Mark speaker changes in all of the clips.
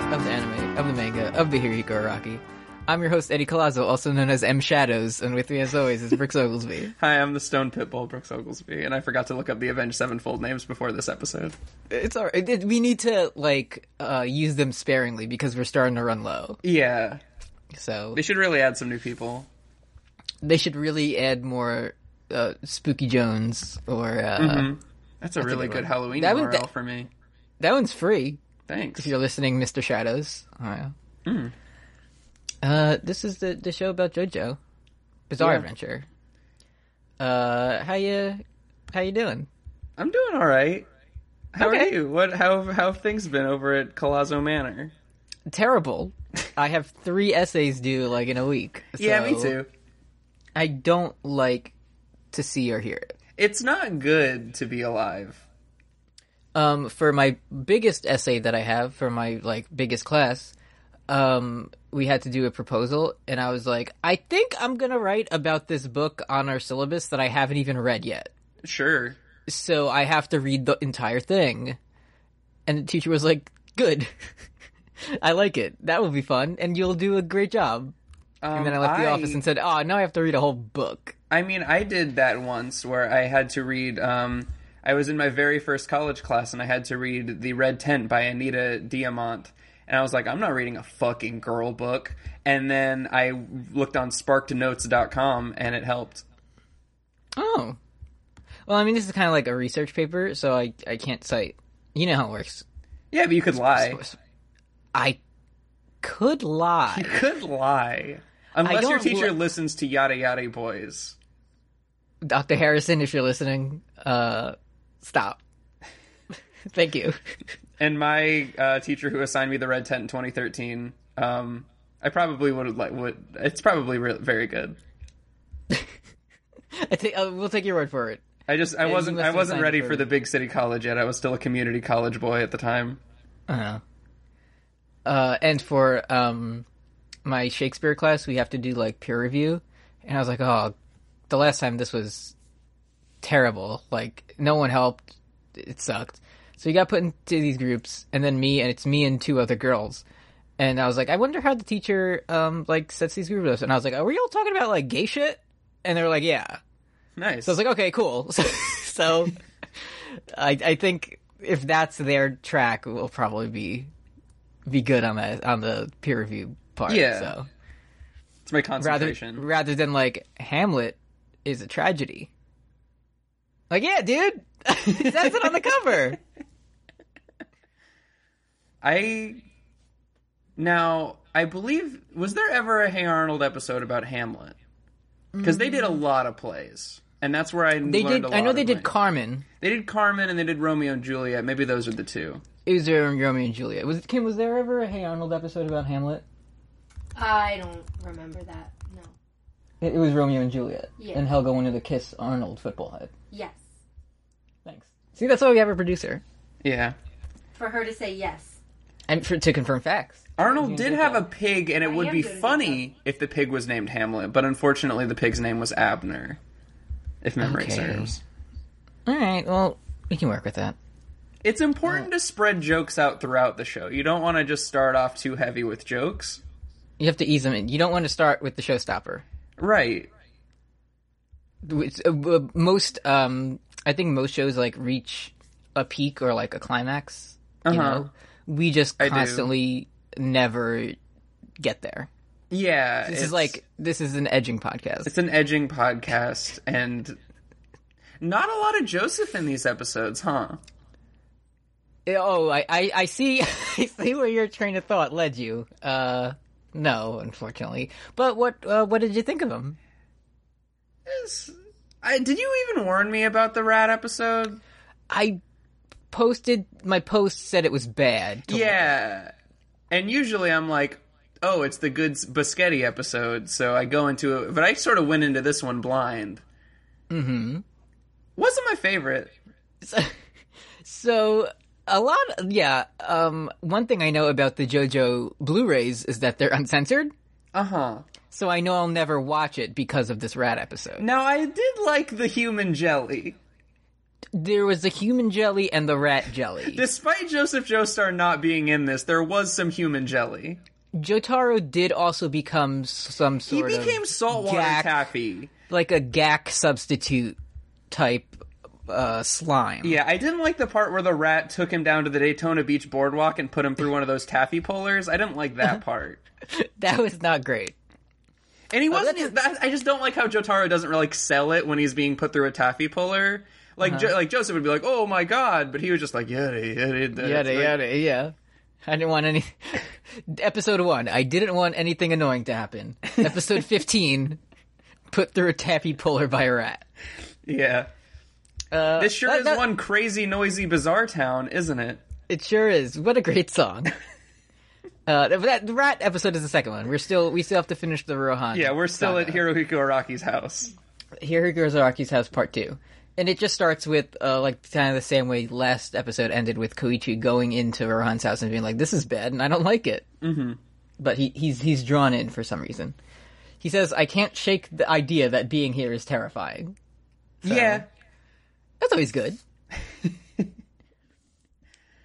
Speaker 1: of the manga of the Here You Go Rocky. I'm your host Eddie Colazzo, also known as M Shadows, and with me as always is Brooks Oglesby.
Speaker 2: Hi, I'm the Stone Pitbull, Brooks Oglesby, and I forgot to look up the Avenged Sevenfold names before this episode.
Speaker 1: It's all right. It- We need to like uh, use them sparingly because we're starting to run low.
Speaker 2: Yeah,
Speaker 1: So
Speaker 2: they should really add some new people.
Speaker 1: they should really add more uh, Spooky Jones or uh,
Speaker 2: That's a really
Speaker 1: good one.
Speaker 2: good Halloween
Speaker 1: That would-
Speaker 2: URL
Speaker 1: that-
Speaker 2: for me.
Speaker 1: that one's free.
Speaker 2: Thanks.
Speaker 1: If you're listening, Mr. Shadows. Uh,
Speaker 2: Hmm.
Speaker 1: uh, this is the the show about JoJo, Bizarre
Speaker 2: Yeah.
Speaker 1: Adventure. Uh, how you how you doing?
Speaker 2: I'm doing all right. How
Speaker 1: Okay.
Speaker 2: are you? What? How how have things been over at Colazo Manor?
Speaker 1: Terrible. I have three essays due like in a week.
Speaker 2: Yeah, me
Speaker 1: so
Speaker 2: too.
Speaker 1: I don't like to see or hear it.
Speaker 2: It's not good to be alive.
Speaker 1: Um, for my biggest essay that I have for my like biggest class, um, we had to do a proposal, and I was like, I think I'm gonna write about this book on our syllabus that I haven't even read yet.
Speaker 2: Sure.
Speaker 1: so I have to read the entire thing. And the teacher was like, good. I like it. That will be fun, and you'll do a great job.
Speaker 2: Um,
Speaker 1: And then I left the office and said, oh, now I have to read a whole book.
Speaker 2: I mean, I did that once where I had to read. Um, I was in my very first college class and I had to read The Red Tent by Anita Diamant. And I was like, I'm not reading a fucking girl book. And then I looked on sparkednotes.com and it helped.
Speaker 1: Oh. Well, I mean, this is kind of like a research paper, so I, I can't cite. You know how it works.
Speaker 2: Yeah, but you could lie.
Speaker 1: I could lie.
Speaker 2: You could lie. Unless your
Speaker 1: don't
Speaker 2: teacher
Speaker 1: li-
Speaker 2: listens to Yada Yada Boys.
Speaker 1: Dr. Harrison, if you're listening, uh, stop. Thank you.
Speaker 2: And my uh, teacher who assigned me The Red Tent in 2013, um, I probably would have like, would, it's probably re- very good.
Speaker 1: I think uh, we'll take your word for it.
Speaker 2: I just I
Speaker 1: you
Speaker 2: wasn't
Speaker 1: must
Speaker 2: I
Speaker 1: have
Speaker 2: wasn't
Speaker 1: signed
Speaker 2: ready
Speaker 1: for
Speaker 2: for the big city college yet. I was still a community college boy at the time.
Speaker 1: Uh, uh, and for um, my Shakespeare class, we have to do like peer review, and I was like, oh, the last time this was terrible. Like no one helped. It sucked. So you got put into these groups, and then me, and it's me and two other girls. And I was like, I wonder how the teacher um like sets these groups up. And I was like, oh, were you all talking about like gay shit? And they were like, yeah.
Speaker 2: Nice.
Speaker 1: So I was like, okay, cool. So, so I, I think if that's their track, we'll probably be be good on the on the peer review part.
Speaker 2: Yeah.
Speaker 1: So
Speaker 2: it's my
Speaker 1: rather
Speaker 2: concentration.
Speaker 1: rather than like Hamlet is a tragedy. Like, yeah, dude, it says it on the cover.
Speaker 2: I now I believe was there ever a Hey Arnold episode about Hamlet? Because they did a lot of plays, and that's where I
Speaker 1: Mm. They
Speaker 2: learned
Speaker 1: did.
Speaker 2: A lot
Speaker 1: I know
Speaker 2: of
Speaker 1: they did
Speaker 2: my-
Speaker 1: Carmen.
Speaker 2: they did Carmen and they did Romeo and Juliet. Maybe those are the two.
Speaker 1: It was there in Romeo and Juliet. Was Kim? Was there ever a Hey Arnold episode about Hamlet?
Speaker 3: I don't remember that. No.
Speaker 1: It, it was Romeo and Juliet,
Speaker 3: Yeah.
Speaker 1: and Helga wanted to kiss Arnold football head.
Speaker 3: Yes.
Speaker 1: Thanks. See, that's why we have a producer.
Speaker 2: Yeah,
Speaker 3: For her to say yes.
Speaker 1: and for, to confirm facts.
Speaker 2: Arnold did have a pig, and it would
Speaker 3: am
Speaker 2: be
Speaker 3: good at
Speaker 2: funny if the pig was named Hamlet. But unfortunately, the pig's name was Abner, if memory
Speaker 1: Okay.
Speaker 2: serves.
Speaker 1: All right, well, we can work with that.
Speaker 2: It's important to spread jokes out throughout the show. You don't want to just start off too heavy with jokes.
Speaker 1: You have to ease them in. You don't want to start with the showstopper.
Speaker 2: Right.
Speaker 1: Which, uh, uh, most, um, I think most shows like reach a peak or like a climax. You
Speaker 2: Uh-huh.
Speaker 1: know, we just
Speaker 2: do.
Speaker 1: constantly never get there.
Speaker 2: Yeah.
Speaker 1: This is like this is an edging podcast.
Speaker 2: it's an edging podcast and not a lot of Joseph in these episodes, huh?
Speaker 1: Oh, I, I, I see, I see where your train of thought led you. Uh, no, unfortunately. But what, uh, what did you think of him?
Speaker 2: It's- I, did you even warn me about the rat episode?
Speaker 1: I posted my post said it was bad. to-
Speaker 2: Yeah. And usually I'm like, oh, it's the good Buschetti episode, so I go into it. But I sort of went into this one blind. Mm hmm.
Speaker 1: Mm-hmm.
Speaker 2: Wasn't my favorite.
Speaker 1: So a lot, yeah. Um, one thing I know about the JoJo Blu-rays is that they're uncensored.
Speaker 2: Uh huh.
Speaker 1: So I know I'll never watch it because of this rat episode.
Speaker 2: Now I did like the human jelly.
Speaker 1: there was the human jelly and the rat jelly.
Speaker 2: Despite Joseph Joestar not being in this, there was some human jelly.
Speaker 1: Jotaro did also become some
Speaker 2: He
Speaker 1: sort
Speaker 2: became
Speaker 1: of
Speaker 2: saltwater
Speaker 1: gack,
Speaker 2: taffy.
Speaker 1: like a gack substitute type uh, slime.
Speaker 2: Yeah, I didn't like the part where the rat took him down to the Daytona Beach boardwalk and put him through one of those taffy pullers. I didn't like that part.
Speaker 1: That was not great.
Speaker 2: And he wasn't. that, I just don't like how Jotaro doesn't really like sell it when he's being put through a taffy puller. Like Jo- like Joseph would be like, "Oh my god," but he was just like, "Yada yada
Speaker 1: Yada
Speaker 2: yada." It's like-
Speaker 1: yada, yeah. I didn't want any. Episode one, I didn't want anything annoying to happen. Episode fifteen, put through a taffy puller by a rat.
Speaker 2: Yeah,
Speaker 1: Uh,
Speaker 2: this sure
Speaker 1: that-
Speaker 2: is
Speaker 1: that-
Speaker 2: one crazy, noisy, bizarre town, isn't it?
Speaker 1: It sure is. What a great song. Uh, that the rat episode is the second one. We're still we still have to finish the Rohan.
Speaker 2: Yeah, we're still at
Speaker 1: saga.
Speaker 2: Hirohiko Araki's house.
Speaker 1: Here Goes Araki's House Part 2. And it just starts with, uh, like, kind of the same way last episode ended with Koichi going into Rohan's house and being like, this is bad and I don't like it. Mm-hmm. But he, he's, he's drawn in for some reason. He says, I can't shake the idea that being here is terrifying.
Speaker 2: Yeah,
Speaker 1: That's always good.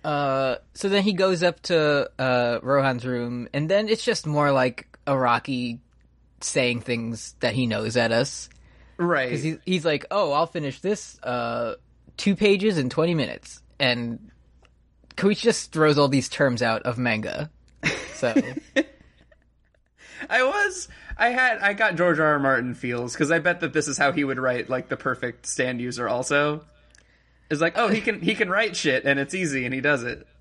Speaker 1: uh, so then he goes up to uh, Rohan's room, and then it's just more like Araki saying things that he knows at us.
Speaker 2: right.
Speaker 1: He's, he's like, "Oh, I'll finish this uh, two pages in twenty minutes," and Koichi just throws all these terms out of manga. So
Speaker 2: I was I had I got George R. R. Martin feels because I bet that this is how he would write like the perfect stand user also. Is like, oh he can he can write shit and it's easy and he does it.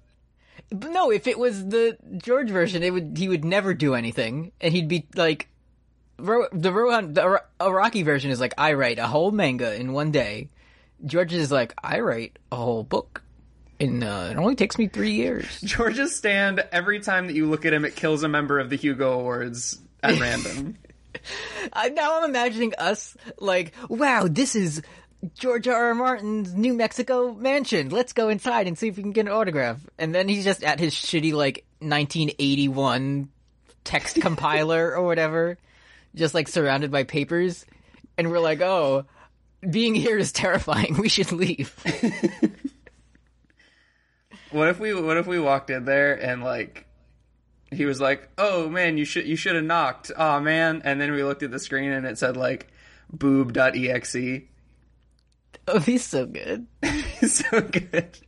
Speaker 1: But no, if it was the George version, it would he would never do anything, and he'd be like, Ro- the Rohan the Ar- Araki version is like, "I write a whole manga in one day." George is like, "I write a whole book." And uh, it only takes me three years.
Speaker 2: George's stand every time that you look at him it kills a member of the Hugo Awards at random.
Speaker 1: I, now I'm imagining us like, wow, this is George R. R. Martin's New Mexico mansion. Let's go inside and see if we can get an autograph. And then he's just at his shitty like 1981 text compiler or whatever, just like surrounded by papers. And we're like, oh, being here is terrifying. We should leave.
Speaker 2: what if we what if we walked in there and like he was like, Oh man, you should you should have knocked. Aw man and then we looked at the screen and it said like E boob.exe.
Speaker 1: Oh, he's so good.
Speaker 2: so good.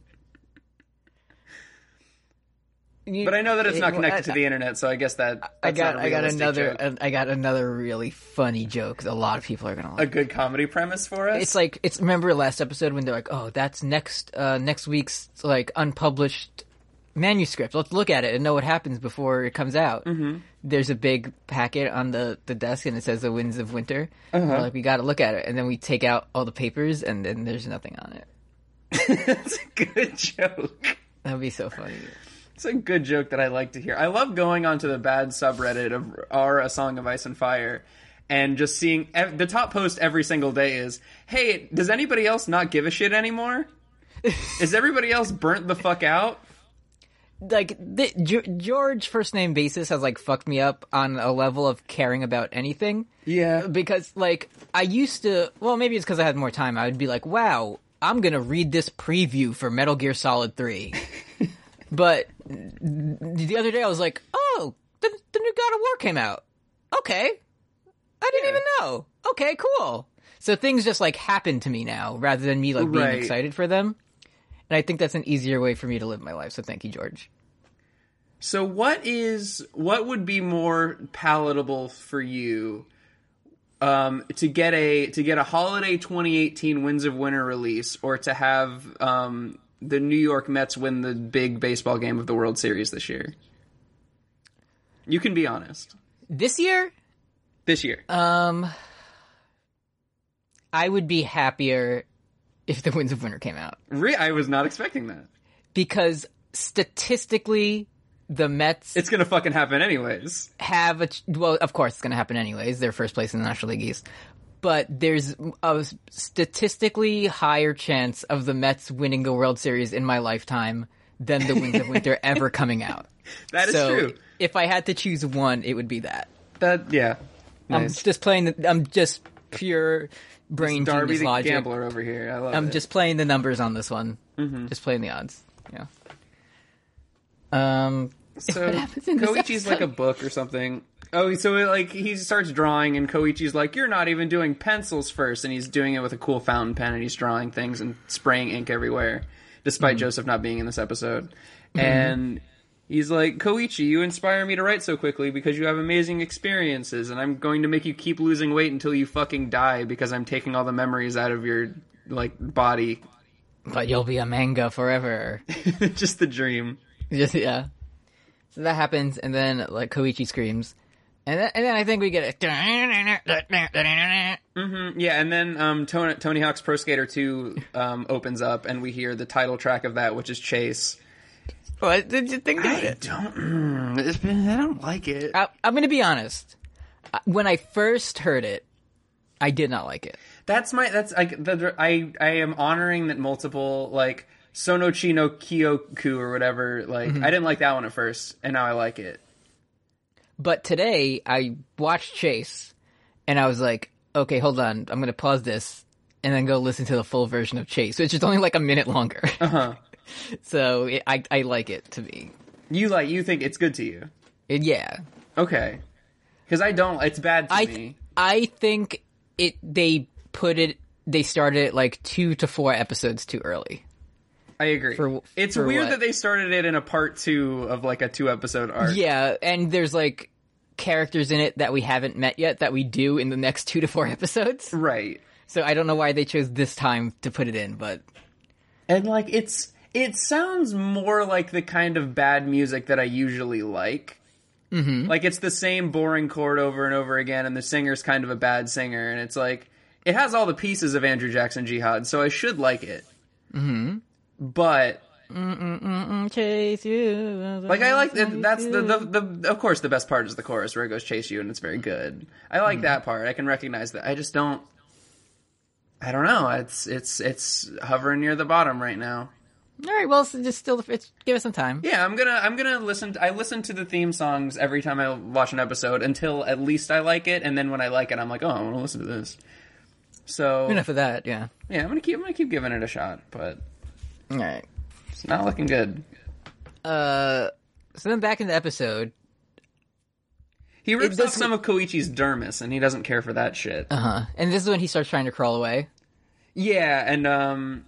Speaker 2: But I know that it's not connected to the internet, so I guess that
Speaker 1: I
Speaker 2: that's
Speaker 1: got,
Speaker 2: not a
Speaker 1: I got
Speaker 2: realistic
Speaker 1: another, uh,
Speaker 2: joke.
Speaker 1: I got another really funny joke. that A lot of people are gonna like.
Speaker 2: a good comedy premise for us.
Speaker 1: it's like it's remember last episode when they're like, "Oh, that's next uh, next week's like unpublished manuscript. Let's look at it and know what happens before it comes out." Mm-hmm. There's a big packet on the, the desk and it says "The Winds of Winter." We're like we got to look at it, and then we take out all the papers and then there's nothing on it.
Speaker 2: it's a good joke.
Speaker 1: That'd be so funny.
Speaker 2: It's a good joke that I like to hear. I love going onto the bad subreddit of R A Song of Ice and Fire and just seeing ev- the top post every single day is, "Hey, does anybody else not give a shit anymore? is everybody else burnt the fuck out?"
Speaker 1: Like the, G- George first name basis has like fucked me up on a level of caring about anything.
Speaker 2: Yeah.
Speaker 1: because like I used to. Well, maybe it's because I had more time. I would be like, "Wow, I'm gonna read this preview for Metal Gear Solid 3. but the other day, I was like, "Oh, the, the new God of War came out. Okay, I didn't even know. Okay, cool." So things just like happen to me now, rather than me like being
Speaker 2: Right.
Speaker 1: excited for them. And I think that's an easier way for me to live my life. So thank you, George.
Speaker 2: So what is what would be more palatable for you um, to get a to get a holiday 2018 Winds of Winter release or to have um, the New York Mets win the big baseball game of the World Series this year? You can be honest.
Speaker 1: This year,
Speaker 2: This year.
Speaker 1: Um, I would be happier if the Winds of Winter came out
Speaker 2: Re- I was not expecting that.
Speaker 1: because statistically, the Mets
Speaker 2: It's going to fucking happen anyways.
Speaker 1: have a ch- well. Of course, it's going to happen anyways. They're first place in the National League East, but there's a s- statistically higher chance of the Mets winning the World Series in my lifetime than the Winds of Winter ever coming out.
Speaker 2: That is
Speaker 1: so,
Speaker 2: true.
Speaker 1: if I had to choose one, it would be that.
Speaker 2: That yeah.
Speaker 1: I'm
Speaker 2: Nice.
Speaker 1: just playing. The, I'm just pure brain
Speaker 2: Darby
Speaker 1: genius
Speaker 2: the
Speaker 1: logic.
Speaker 2: gambler Mm-hmm. over here. I love
Speaker 1: I'm
Speaker 2: it.
Speaker 1: just playing the numbers on this one. Just playing the odds. Yeah. Um.
Speaker 2: so
Speaker 1: what happens in this
Speaker 2: Koichi's like a book or something. Oh, so it, like he starts drawing, and Koichi's like, "You're not even doing pencils first. and he's doing it with a cool fountain pen, and he's drawing things and spraying ink everywhere,
Speaker 1: Hmm.
Speaker 2: despite Joseph not being in this episode. And he's like, "Koichi, you inspire me to write so quickly because you have amazing experiences, and I'm going to make you keep losing weight until you fucking die because I'm taking all the memories out of your like body.
Speaker 1: But you'll be a manga forever.
Speaker 2: Just the dream."
Speaker 1: Just yeah. So that happens, and then like Koichi screams, and then, and then I think we get a.
Speaker 2: Yeah, and then um, Tony, Tony Hawk's Pro Skater 2 um, opens up, and we hear the title track of that, which is Chase.
Speaker 1: What did you think of it?
Speaker 2: don't. I don't like it.
Speaker 1: I, I'm going to be honest. I- When I first heard it, I did not like it.
Speaker 2: That's my. That's I. The, I. I am honoring that multiple like Sonochi no Kyoku or whatever. Like I didn't like that one at first, and now I like it.
Speaker 1: But today I watched Chase and I was like, okay, hold on. I'm going to pause this and then go listen to the full version of Chase, which is only like a minute longer. so it, I, I like it to be.
Speaker 2: You like. You think it's good to you?
Speaker 1: It, yeah.
Speaker 2: Okay. Because I don't. It's bad to
Speaker 1: I,
Speaker 2: me.
Speaker 1: I think it, they put it, they started it like two to four episodes too early.
Speaker 2: I agree.
Speaker 1: For-
Speaker 2: it's
Speaker 1: for
Speaker 2: weird
Speaker 1: what?
Speaker 2: that they started it in a part two of like a two episode arc.
Speaker 1: Yeah. And there's like characters in it that we haven't met yet that we do in the next two to four episodes.
Speaker 2: Right.
Speaker 1: So I don't know why they chose this time to put it in, but
Speaker 2: and like it's it sounds more like the kind of bad music that I usually like. Mm-hmm. Like it's the same boring chord over and over again, and the singer's kind of a bad singer, and it's like it has all the pieces of Andrew Jackson Jihad, so I should like it. Mm-hmm. But
Speaker 1: chase you.
Speaker 2: like I like that's the, the the of course the best part is the chorus where it goes chase you, and it's very good. I like that part. I can recognize that. I just don't. I don't know. It's it's it's hovering near the bottom right now.
Speaker 1: All right, well, so just still, it's, give us some time.
Speaker 2: Yeah, I'm gonna I'm gonna listen. I listen to the theme songs every time I watch an episode until at least I like it, and then when I like it, I'm like, oh, I want to listen to this. So
Speaker 1: Enough of that. Yeah.
Speaker 2: yeah, I'm gonna keep I'm gonna keep giving it a shot, but
Speaker 1: All right.
Speaker 2: it's not looking good.
Speaker 1: Uh, so then back in the episode,
Speaker 2: He rips off
Speaker 1: does-
Speaker 2: some of Koichi's dermis, and he doesn't care for that shit.
Speaker 1: uh, and this is when he starts trying to crawl away.
Speaker 2: Yeah, and um,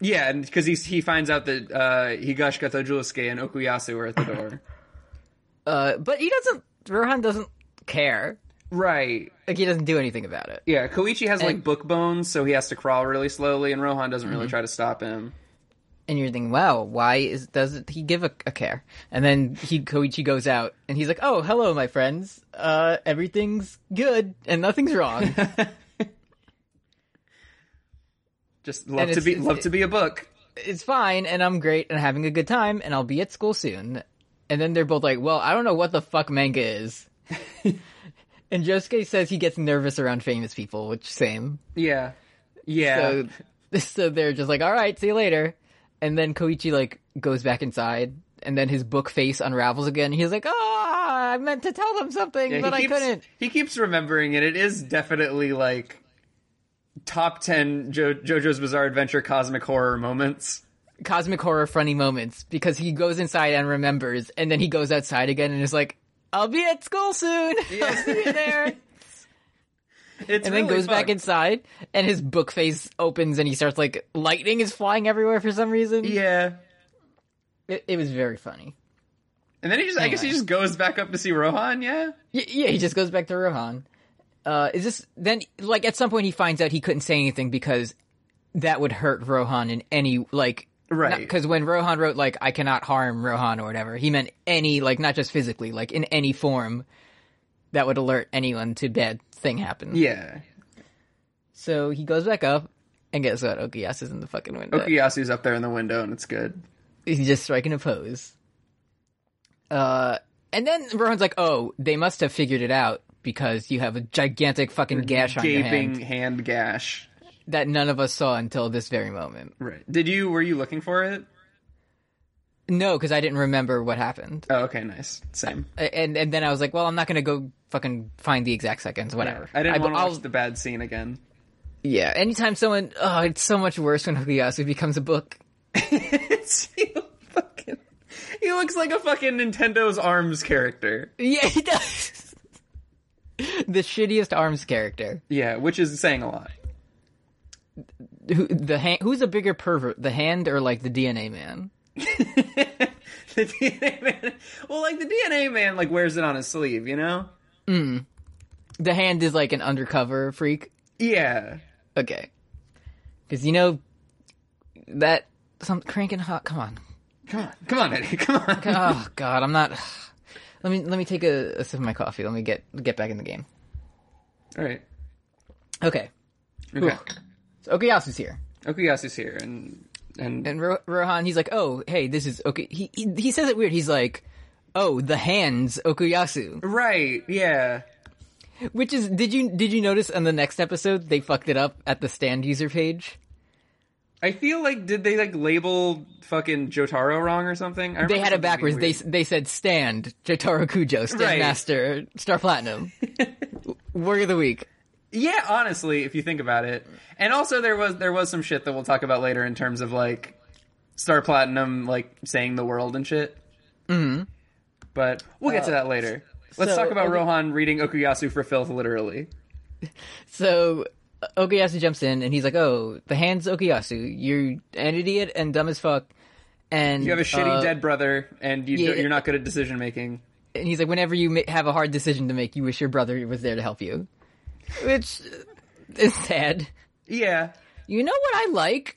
Speaker 2: yeah, and because he he finds out that uh, Higashika Tojusuke and Okuyasu are at the door.
Speaker 1: Uh, but he doesn't. Rohan doesn't care.
Speaker 2: right.
Speaker 1: Like he doesn't do anything about it.
Speaker 2: Yeah, Koichi has like
Speaker 1: And- Mm-hmm.
Speaker 2: book bones, so he has to crawl really slowly, and Rohan doesn't really try to stop him.
Speaker 1: And you're thinking, wow, why is does he give a, a care? And then he Koichi goes out, and he's like, oh, hello, my friends. Uh, everything's good, and nothing's wrong.
Speaker 2: Just love to
Speaker 1: it's-
Speaker 2: be
Speaker 1: it's-
Speaker 2: love to be a book.
Speaker 1: it's fine and I'm great and having a good time and I'll be at school soon. And then they're both like, well, I don't know what the fuck manga is. and Josuke says he gets nervous around famous people, which same.
Speaker 2: Yeah. Yeah.
Speaker 1: So, so they're just like, all right, see you later. And then Koichi like goes back inside and then his book face unravels again. He's like, ah, I meant to tell them something,
Speaker 2: Yeah,
Speaker 1: but I
Speaker 2: keeps,
Speaker 1: couldn't.
Speaker 2: He keeps remembering it. It is definitely like top 10 jo- JoJo's Bizarre Adventure cosmic horror moments.
Speaker 1: Cosmic horror funny moments because he goes inside and remembers and then he goes outside again and is like, I'll be at school soon. I'll see you there.
Speaker 2: It's
Speaker 1: and then
Speaker 2: really
Speaker 1: goes back
Speaker 2: fucked.
Speaker 1: inside and his book face opens and he starts like lightning is flying everywhere for some reason
Speaker 2: Yeah.
Speaker 1: it, it was very funny
Speaker 2: And then he just, I guess he
Speaker 1: Anyway.
Speaker 2: just goes back up to see Rohan, yeah?
Speaker 1: Y- yeah he just goes back to rohan uh is this then like at some point he finds out he couldn't say anything because that would hurt rohan in any like
Speaker 2: Right.
Speaker 1: because when rohan wrote like i cannot harm rohan or whatever he meant any like not just physically like in any form that would alert anyone to bad thing happen
Speaker 2: Yeah.
Speaker 1: so he goes back up and guess what okiyasu's in the fucking window
Speaker 2: Okuyasu's up there in the window and it's good.
Speaker 1: he's just striking a pose. Uh, and then Rohan's like, "Oh, they must have figured it out because you have a gigantic fucking gash on your
Speaker 2: Gaping
Speaker 1: hand
Speaker 2: hand gash.
Speaker 1: that none of us saw until this very moment."
Speaker 2: Right. Did you, were you looking for it?
Speaker 1: No, because I didn't remember what happened,
Speaker 2: Oh, okay, nice. Same.
Speaker 1: A- and and then I was like, "Well, I'm not gonna go fucking find the exact seconds, whatever.
Speaker 2: I didn't want to
Speaker 1: I'll-
Speaker 2: watch the bad scene again.
Speaker 1: Yeah, anytime someone, oh, it's so much worse when Okuyasu becomes a book.
Speaker 2: It's he fucking. He looks like a fucking Nintendo's arms character.
Speaker 1: Yeah, he does. the shittiest arms character.
Speaker 2: Yeah, which is saying a lot.
Speaker 1: Who the hand, who's a bigger pervert, the hand or like the DNA man?
Speaker 2: The DNA man. Well, like the DNA man, like wears it on his sleeve, you know?
Speaker 1: The hand is like an undercover freak.
Speaker 2: Yeah.
Speaker 1: Okay, because you know that some cranking hot. Come on.
Speaker 2: Come on, come on, Eddie, come on.
Speaker 1: Oh God, I'm not. Let me let me take a, a sip of my coffee. Let me get get back in the game.
Speaker 2: All right.
Speaker 1: Okay,
Speaker 2: Okay.
Speaker 1: so Okuyasu's here.
Speaker 2: Okuyasu's here, and and
Speaker 1: and Ro- Rohan, he's like, "Oh, hey, this is okay." He, he he says it weird. He's like, "Oh, the hands, Okuyasu,"
Speaker 2: right, yeah.
Speaker 1: which is did you did you notice on the next episode they fucked it up at the stand user page?
Speaker 2: I feel like did they like label fucking Jotaro wrong or something? I
Speaker 1: They
Speaker 2: remember
Speaker 1: had it
Speaker 2: something being
Speaker 1: backwards. They
Speaker 2: weird.
Speaker 1: s- they said stand Jotaro Kujo, stand
Speaker 2: Right.
Speaker 1: master, star platinum, work of the week.
Speaker 2: yeah, honestly, if you think about it, and also there was there was some shit that we'll talk about later in terms of like Star Platinum like saying the world and shit. Mm-hmm. But we'll get to that later. Let's
Speaker 1: Uh, so-
Speaker 2: talk about
Speaker 1: okay.
Speaker 2: Rohan reading Okuyasu for filth literally.
Speaker 1: So uh, Okuyasu jumps in and he's like, "Oh, the hands, Okuyasu, you're an idiot and dumb as fuck." And
Speaker 2: You have a shitty
Speaker 1: uh,
Speaker 2: dead brother, and you
Speaker 1: yeah.
Speaker 2: don't- you're not good at decision making.
Speaker 1: and he's like, whenever you ma- have a hard decision to make, you wish your brother was there to help you, which uh, is sad.
Speaker 2: Yeah,
Speaker 1: You know what I like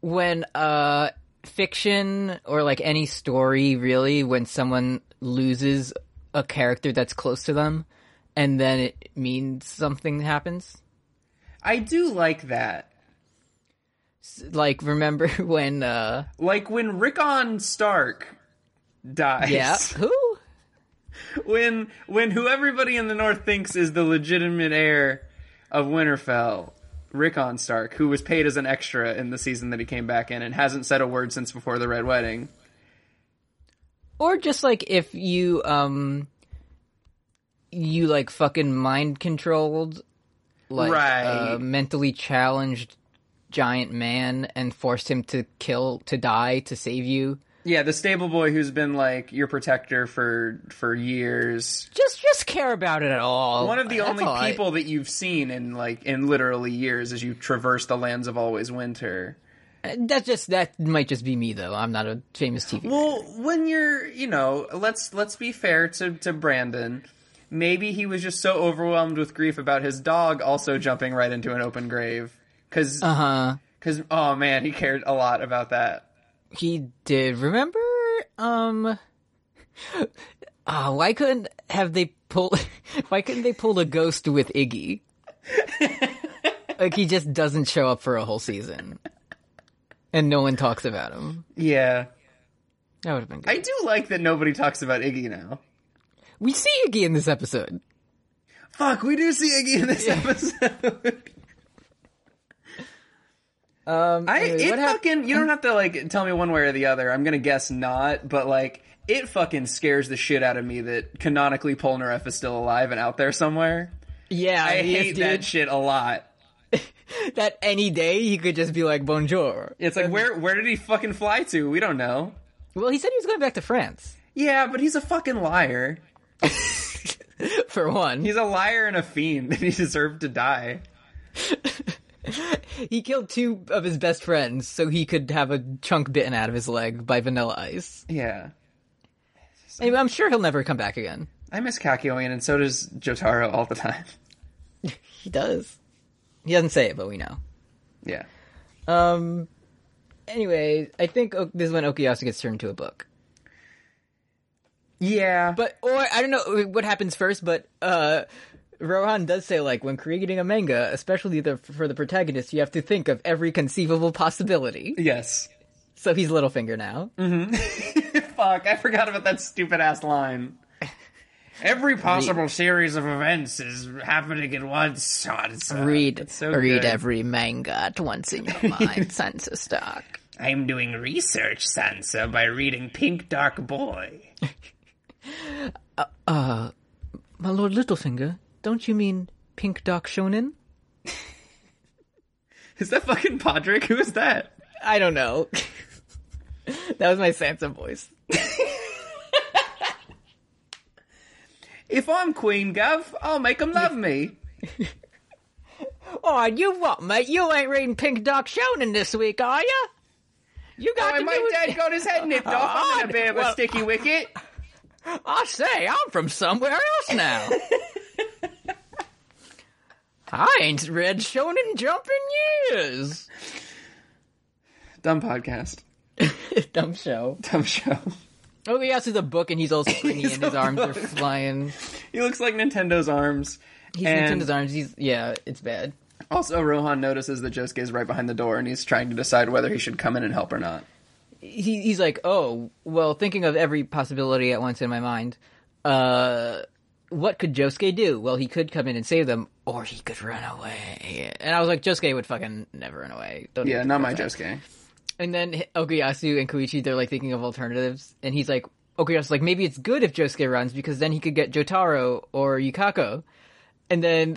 Speaker 1: when uh, fiction or like any story really, when someone loses a character that's close to them, and then it means something happens.
Speaker 2: I do like that.
Speaker 1: Like remember when? uh
Speaker 2: Like when Rickon Stark dies.
Speaker 1: Yeah, who?
Speaker 2: when when who everybody in the north thinks is the legitimate heir of Winterfell, Rickon Stark, who was paid as an extra in the season that he came back in and hasn't said a word since before the Red Wedding.
Speaker 1: or just like if you um you like fucking mind controlled like
Speaker 2: Right.
Speaker 1: uh, mentally challenged giant man and forced him to kill to die to save you
Speaker 2: Yeah, the stable boy who's been like your protector for for years.
Speaker 1: just just care about it at all
Speaker 2: One of the
Speaker 1: That's
Speaker 2: only
Speaker 1: all I-
Speaker 2: people that you've seen in like in literally years as you traverse the lands of always winter.
Speaker 1: that's just that might just be me though i'm not a famous tv writer.
Speaker 2: Well, when you're, you know, let's let's be fair to to Brandon. Maybe he was just so overwhelmed with grief about his dog also jumping right into an open grave because
Speaker 1: uh-huh
Speaker 2: oh man, he cared a lot about that.
Speaker 1: he did remember um ah, why couldn't have they pull why couldn't they pull a ghost with iggy like he just doesn't show up for a whole season and no one talks about him
Speaker 2: Yeah,
Speaker 1: that would have been good
Speaker 2: I do like that nobody talks about Iggy now.
Speaker 1: we see iggy in this episode
Speaker 2: Fuck, we do see Iggy in this episode.
Speaker 1: um
Speaker 2: I
Speaker 1: anyway,
Speaker 2: it
Speaker 1: what hap-
Speaker 2: fucking you don't have to like tell me one way or the other. I'm gonna guess not, but like it fucking scares the shit out of me that canonically Polnareff is still alive and out there somewhere.
Speaker 1: yeah
Speaker 2: I
Speaker 1: he is,
Speaker 2: hate that
Speaker 1: dude.
Speaker 2: shit a lot.
Speaker 1: that any day he could just be like bonjour
Speaker 2: It's like where where did he fucking fly to? We don't know.
Speaker 1: well he said he was going back to france
Speaker 2: Yeah, but he's a fucking liar.
Speaker 1: for one
Speaker 2: He's a liar and a fiend, and he deserved to die.
Speaker 1: He killed two of his best friends so he could have a chunk bitten out of his leg by Vanilla Ice.
Speaker 2: Yeah,
Speaker 1: Anyway, I'm sure he'll never come back again.
Speaker 2: I miss Kakyoin, and so does Jotaro all the time.
Speaker 1: He does. He doesn't say it, but we know.
Speaker 2: Yeah,
Speaker 1: Um. Anyway, I think o- this is when Okuyasu gets turned into a book.
Speaker 2: yeah, but
Speaker 1: But or I don't know what happens first, but uh, Rohan does say like when creating a manga, especially the, for the protagonist, you have to think of every conceivable possibility.
Speaker 2: yes.
Speaker 1: So he's Littlefinger now.
Speaker 2: Mm, Fuck, I forgot about that stupid ass line. Every possible series of events is happening at once. Oh, it's, uh,
Speaker 1: Read,
Speaker 2: it's so
Speaker 1: read
Speaker 2: good.
Speaker 1: every manga at once in your mind, census stock.
Speaker 2: I'm doing research, Sansa, by reading Pink Dark Boy.
Speaker 1: My Lord Littlefinger, don't you mean Pink Dark Shonen?
Speaker 2: Is that fucking Podrick? Who is that?
Speaker 1: I don't know. that was my Sansa voice.
Speaker 2: If I'm Queen Gov, I'll make 'em love me.
Speaker 1: Oh, you what, mate? You ain't reading Pink Dark Shonen this week, are you? You got
Speaker 2: Why
Speaker 1: to
Speaker 2: my
Speaker 1: do
Speaker 2: dad got his head nipped off. I'm in a bit of a
Speaker 1: Well-
Speaker 2: sticky wicket.
Speaker 1: I say, I'm from somewhere else now. I ain't read Shonen Jump in years.
Speaker 2: Dumb podcast.
Speaker 1: Dumb show.
Speaker 2: Dumb show.
Speaker 1: Oh, he has the book, and he's all springy,
Speaker 2: He's
Speaker 1: and his
Speaker 2: a
Speaker 1: arms are
Speaker 2: book.
Speaker 1: flying.
Speaker 2: He looks like Nintendo's arms.
Speaker 1: He's
Speaker 2: and
Speaker 1: Nintendo's arms. He's yeah, it's bad.
Speaker 2: also, Rohan notices that Josuke is right behind the door, and he's trying to decide whether he should come in and help or not.
Speaker 1: he, he's like, oh, well, thinking of every possibility at once in my mind, uh, what could Josuke do? Well, he could come in and save them, or he could run away. And I was like, Josuke would fucking never run away. Don't
Speaker 2: Yeah,
Speaker 1: even
Speaker 2: not
Speaker 1: think
Speaker 2: my
Speaker 1: about that.
Speaker 2: Josuke.
Speaker 1: And then H- Okuyasu and Koichi, they're like thinking of alternatives, and he's like, Okuyasu's like, maybe it's good if Josuke runs because then he could get Jotaro or Yukako. And then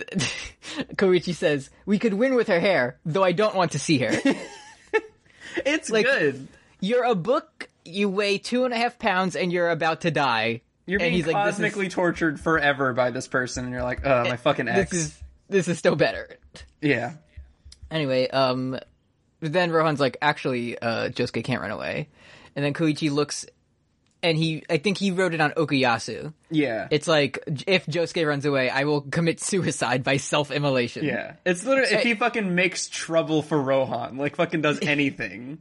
Speaker 1: Koichi says, we could win with her hair, though I don't want to see her.
Speaker 2: It's
Speaker 1: Like-
Speaker 2: good.
Speaker 1: You're a book. You weigh two and a half pounds, and you're about to die.
Speaker 2: You're
Speaker 1: and
Speaker 2: being
Speaker 1: he's like, this
Speaker 2: cosmically tortured forever by this person, and you're like, uh, my fucking
Speaker 1: is,
Speaker 2: ex.
Speaker 1: this is this is still better.
Speaker 2: Yeah.
Speaker 1: Anyway, um, then Rohan's like, actually, uh, Josuke can't run away, and then Koichi looks, and he, I think he wrote it on Okuyasu.
Speaker 2: Yeah.
Speaker 1: It's like, if Josuke runs away, I will commit suicide by self-immolation.
Speaker 2: yeah. It's literally, if he fucking makes trouble for Rohan, like fucking does anything.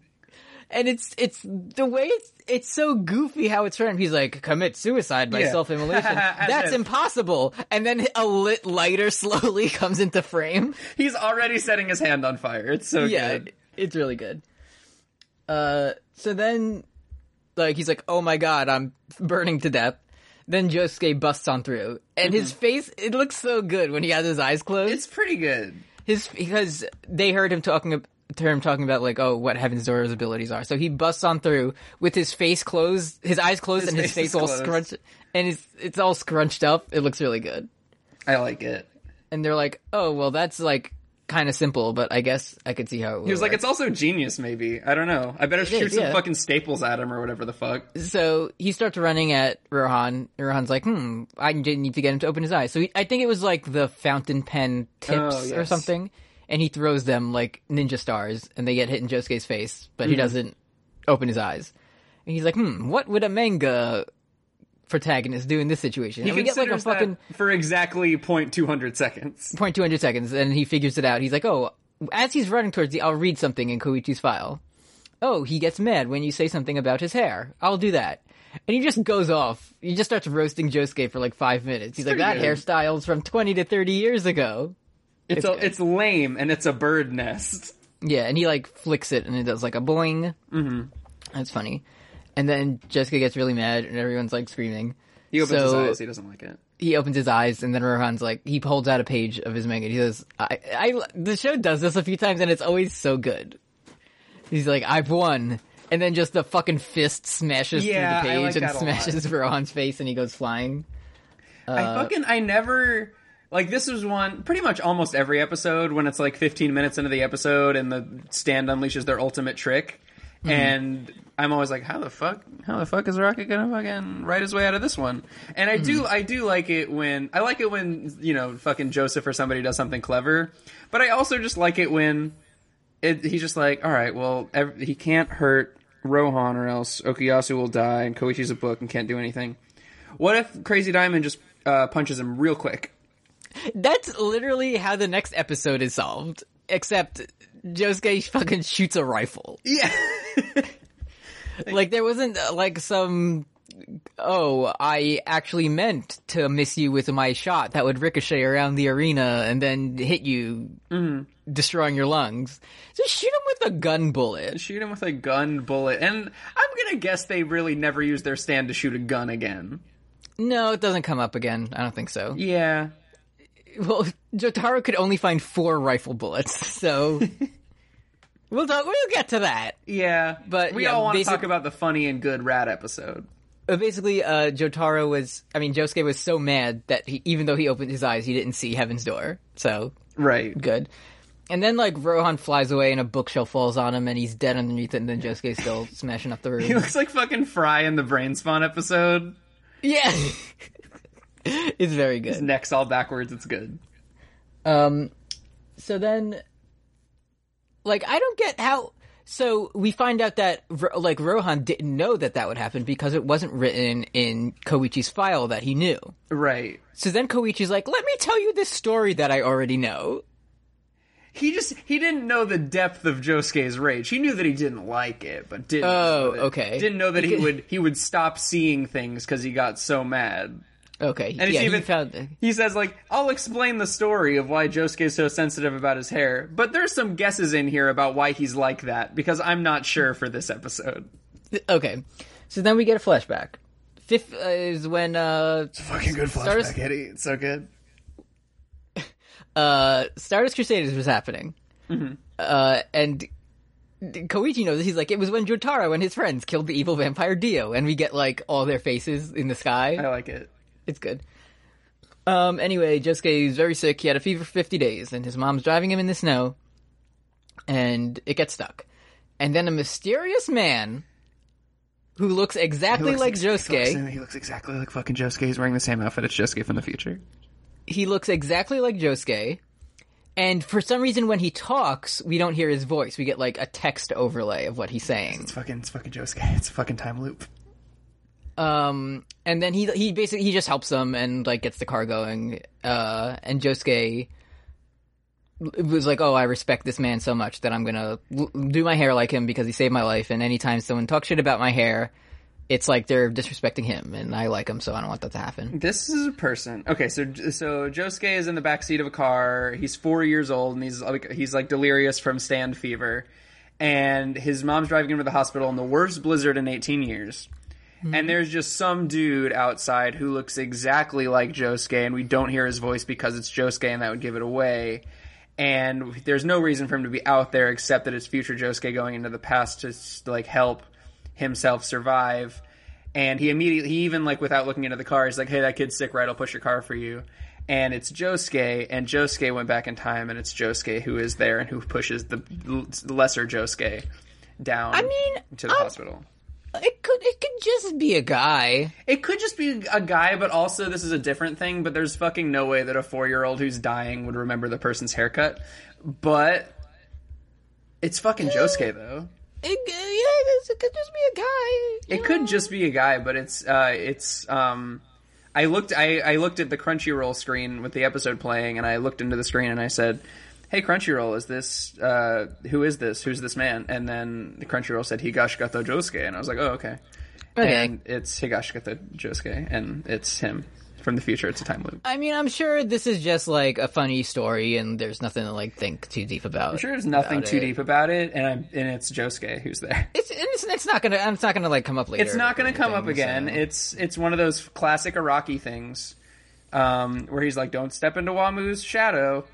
Speaker 1: and it's it's the way it's it's so goofy how it's framed. He's like commit suicide by
Speaker 2: Yeah.
Speaker 1: self-immolation.
Speaker 2: As
Speaker 1: That's
Speaker 2: if.
Speaker 1: impossible. And then a lit lighter slowly comes into frame.
Speaker 2: He's already setting his hand on fire. It's so
Speaker 1: Yeah,
Speaker 2: good.
Speaker 1: it- it's really good. Uh, so then, like he's like, oh my god, I'm burning to death. Then Josuke busts on through, and his
Speaker 2: Mm-hmm.
Speaker 1: face it looks so good when he has his eyes closed.
Speaker 2: It's pretty good.
Speaker 1: his because they heard him talking ab- to him talking about like oh what Heaven's Dora's abilities are. So he busts on through with his face closed, his eyes closed, and his
Speaker 2: face
Speaker 1: face
Speaker 2: is
Speaker 1: all
Speaker 2: closed.
Speaker 1: scrunched, and it's it's all scrunched up. It looks really good.
Speaker 2: I like it.
Speaker 1: And they're like, oh well, that's like kind of simple, but I guess I could see how it would
Speaker 2: He was like,
Speaker 1: work.
Speaker 2: it's also genius, maybe. I don't know. I better shoot
Speaker 1: is,
Speaker 2: some
Speaker 1: yeah.
Speaker 2: fucking staples at him or whatever the fuck.
Speaker 1: so he starts running at Rohan. and Rohan's like, hmm, I didn't need to get him to open his eyes. So he, I think it was like the fountain pen tips
Speaker 2: Oh,
Speaker 1: or
Speaker 2: yes.
Speaker 1: something. And he throws them like ninja stars and they get hit in Josuke's face, but
Speaker 2: Mm-hmm.
Speaker 1: he doesn't open his eyes. And he's like, hmm, what would a manga protagonist do in this situation?
Speaker 2: He
Speaker 1: and we get like a
Speaker 2: considers that
Speaker 1: fucking
Speaker 2: for exactly 0.200 seconds.
Speaker 1: point two hundred seconds, and he figures it out. He's like, "Oh," as he's running towards the, I'll read something in Koichi's file. Oh, he gets mad when you say something about his hair. I'll do that, and he just goes off. He just starts roasting Josuke for like five minutes. He's like, "That
Speaker 2: pretty good.
Speaker 1: hairstyle's from twenty to thirty years ago."
Speaker 2: It's,
Speaker 1: It's
Speaker 2: a, it's lame and it's a bird nest.
Speaker 1: Yeah, and he like flicks it, and it does like a boing. Mm-hmm. That's funny. And then Jessica gets really mad, and everyone's like screaming.
Speaker 2: He opens his
Speaker 1: So-
Speaker 2: eyes. He doesn't like it.
Speaker 1: he opens his eyes and then Rohan's like he holds out a page of his manga. And he says, "I, I." The show does this a few times and it's always so good. He's like, "I've won," and then just the fucking fist smashes
Speaker 2: Yeah,
Speaker 1: through
Speaker 2: I
Speaker 1: the page
Speaker 2: like
Speaker 1: and
Speaker 2: that a
Speaker 1: smashes Rohan's face and he goes flying.
Speaker 2: I fucking I never like this is one pretty much almost every episode when it's like 15 minutes into the episode and the stand unleashes their ultimate trick and I'm always like how the fuck how the fuck is Rocket going to fucking ride his way out of this one and I do I do like it when I like it when you know fucking Joseph or somebody does something clever but I also just like it when it, he's just like all right well ev- he can't hurt Rohan or else Okuyasu will die and Koichi's a book and can't do anything what if Crazy Diamond just uh, punches him real quick?
Speaker 1: That's literally how the next episode is solved, except Josuke fucking shoots a rifle.
Speaker 2: Yeah.
Speaker 1: Like there wasn't uh, like some. Oh, I actually meant to miss you with my shot that would ricochet around the arena and then hit you, destroying your lungs. Just shoot him with a gun bullet.
Speaker 2: Shoot him with a gun bullet. And I'm going to guess they really never use their stand to shoot a gun again.
Speaker 1: No, it doesn't come up again. I don't think so.
Speaker 2: Yeah.
Speaker 1: Well, Jotaro could only find four rifle bullets, so we'll talk, we'll get to that.
Speaker 2: Yeah.
Speaker 1: But,
Speaker 2: we
Speaker 1: yeah,
Speaker 2: all want to
Speaker 1: basic-
Speaker 2: talk about the funny and good rat episode.
Speaker 1: But basically, uh, Jotaro was, I mean, Josuke was so mad that he, even though he opened his eyes, he didn't see Heaven's Door. So,
Speaker 2: Right.
Speaker 1: good. And then, like, Rohan flies away and a bookshelf falls on him and he's dead underneath it, and then Josuke's still smashing up the
Speaker 2: He
Speaker 1: room.
Speaker 2: looks like fucking Fry in the Brain Spawn episode.
Speaker 1: yeah! it's very good.
Speaker 2: His neck's all backwards. It's good.
Speaker 1: Um, so then, like, I don't get how. So we find out that Ro- like Rohan didn't know that that would happen because it wasn't written in Koichi's file that he knew.
Speaker 2: Right.
Speaker 1: So then Koichi's like, "Let me tell you this story that I already know."
Speaker 2: He just he didn't know the depth of Josuke's rage. He knew that he didn't like it, but didn't.
Speaker 1: Oh,
Speaker 2: know that-
Speaker 1: okay.
Speaker 2: Didn't know that he
Speaker 1: Because-
Speaker 2: would he would stop seeing things because he got so mad.
Speaker 1: Okay,
Speaker 2: And
Speaker 1: yeah,
Speaker 2: it's even
Speaker 1: he found.
Speaker 2: he says like I'll explain the story of why Josuke is so sensitive about his hair, but there's some guesses in here about why he's like that because I'm not sure for this episode.
Speaker 1: Okay, so then we get a flashback. Fifth uh, is when uh,
Speaker 2: Fucking good
Speaker 1: Start us-
Speaker 2: Eddie. It's so good.
Speaker 1: uh, Stardust Crusaders was happening, uh, and Koichi knows. He's like, it was when Jotaro and his friends killed the evil vampire Dio, and we get like all their faces in the sky.
Speaker 2: I like it.
Speaker 1: It's good. Um, anyway, Josuke is very sick. He had a fever for 50 days, and his mom's driving him in the snow, and it gets stuck. And then a mysterious man who looks exactly like Josuke.
Speaker 2: He looks, exactly like fucking Josuke. He's wearing the same outfit as Josuke from the future.
Speaker 1: he looks exactly like Josuke. And for some reason, when he talks, we don't hear his voice. We get like a text overlay of what he's saying.
Speaker 2: It's fucking it's fucking Josuke. It's a fucking time loop.
Speaker 1: Um, and then he he basically he just helps them and like gets the car going. Uh, and Josuke was like, "Oh, I respect this man so much that I'm gonna l- do my hair like him because he saved my life." And anytime someone talks shit about my hair, it's like they're disrespecting him, and I like him, so I don't want that to happen.
Speaker 2: This is a person. Okay, so so Josuke is in the backseat of a car. He's four years old, and he's like he's like delirious from stand fever, and his mom's driving him to the hospital in the worst blizzard in eighteen years.
Speaker 1: Mm-hmm.
Speaker 2: And there's just some dude outside who looks exactly like Josuke, and we don't hear his voice because it's Josuke, and that would give it away. And there's no reason for him to be out there except that it's future Josuke going into the past to s- like help himself survive. And he immediately, he even like without looking into the car, he's like, "Hey, that kid's sick, right? I'll push your car for you." And it's Josuke, and Josuke went back in time, and it's Josuke who is there and who pushes the l- lesser Josuke down. I
Speaker 1: mean,
Speaker 2: to the
Speaker 1: I'm-
Speaker 2: hospital.
Speaker 1: It could it could just be a guy.
Speaker 2: It could just be a guy, but also this is a different thing. But there's fucking no way that a four year old who's dying would remember the person's haircut. But it's fucking Josuke though.
Speaker 1: It, yeah, it could just be a guy.
Speaker 2: It could just be a guy, but it's uh, it's um. I looked I, I looked at the Crunchyroll screen with the episode playing, and I looked into the screen and I said, "Hey Crunchyroll, is this uh, who is this? Who's this man?" And then the Crunchyroll said Higashikato Josuke, and I was like, "Oh, okay."
Speaker 1: Okay.
Speaker 2: And it's Higashikato Josuke, and it's him from the future. It's a time loop.
Speaker 1: I mean, I'm sure this is just like a funny story, and there's nothing to like think too deep about.
Speaker 2: I'm sure there's nothing
Speaker 1: about
Speaker 2: too
Speaker 1: it.
Speaker 2: deep about it, and I'm, and it's Josuke who's there.
Speaker 1: It's, and it's it's not gonna it's not gonna like come up later.
Speaker 2: It's not going
Speaker 1: or
Speaker 2: to come up
Speaker 1: anything,
Speaker 2: again.
Speaker 1: so-
Speaker 2: It's it's one of those classic Iraqi things um, where he's like, "Don't step into Wamu's shadow."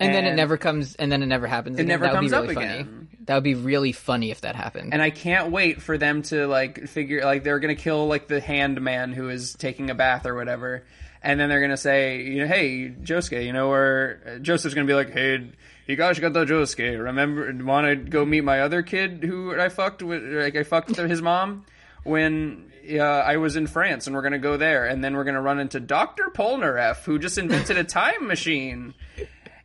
Speaker 1: and, then it
Speaker 2: and-
Speaker 1: never comes, and then it never happens. It
Speaker 2: never
Speaker 1: that
Speaker 2: comes
Speaker 1: would
Speaker 2: up
Speaker 1: be really funny.
Speaker 2: again.
Speaker 1: That would be really funny if that happened.
Speaker 2: And I can't wait for them to like figure like they're going to kill like the hand man who is taking a bath or whatever, and then they're going to say, "You know, hey Josuke, you know where uh, Joseph's going to be like, hey." You guys got the Josuke. Remember, want to go meet my other kid who I fucked with? Like I fucked his mom. when uh, I was in France, and we're going to go there, and then we're going to run into Doctor Polnareff, who just invented a time machine.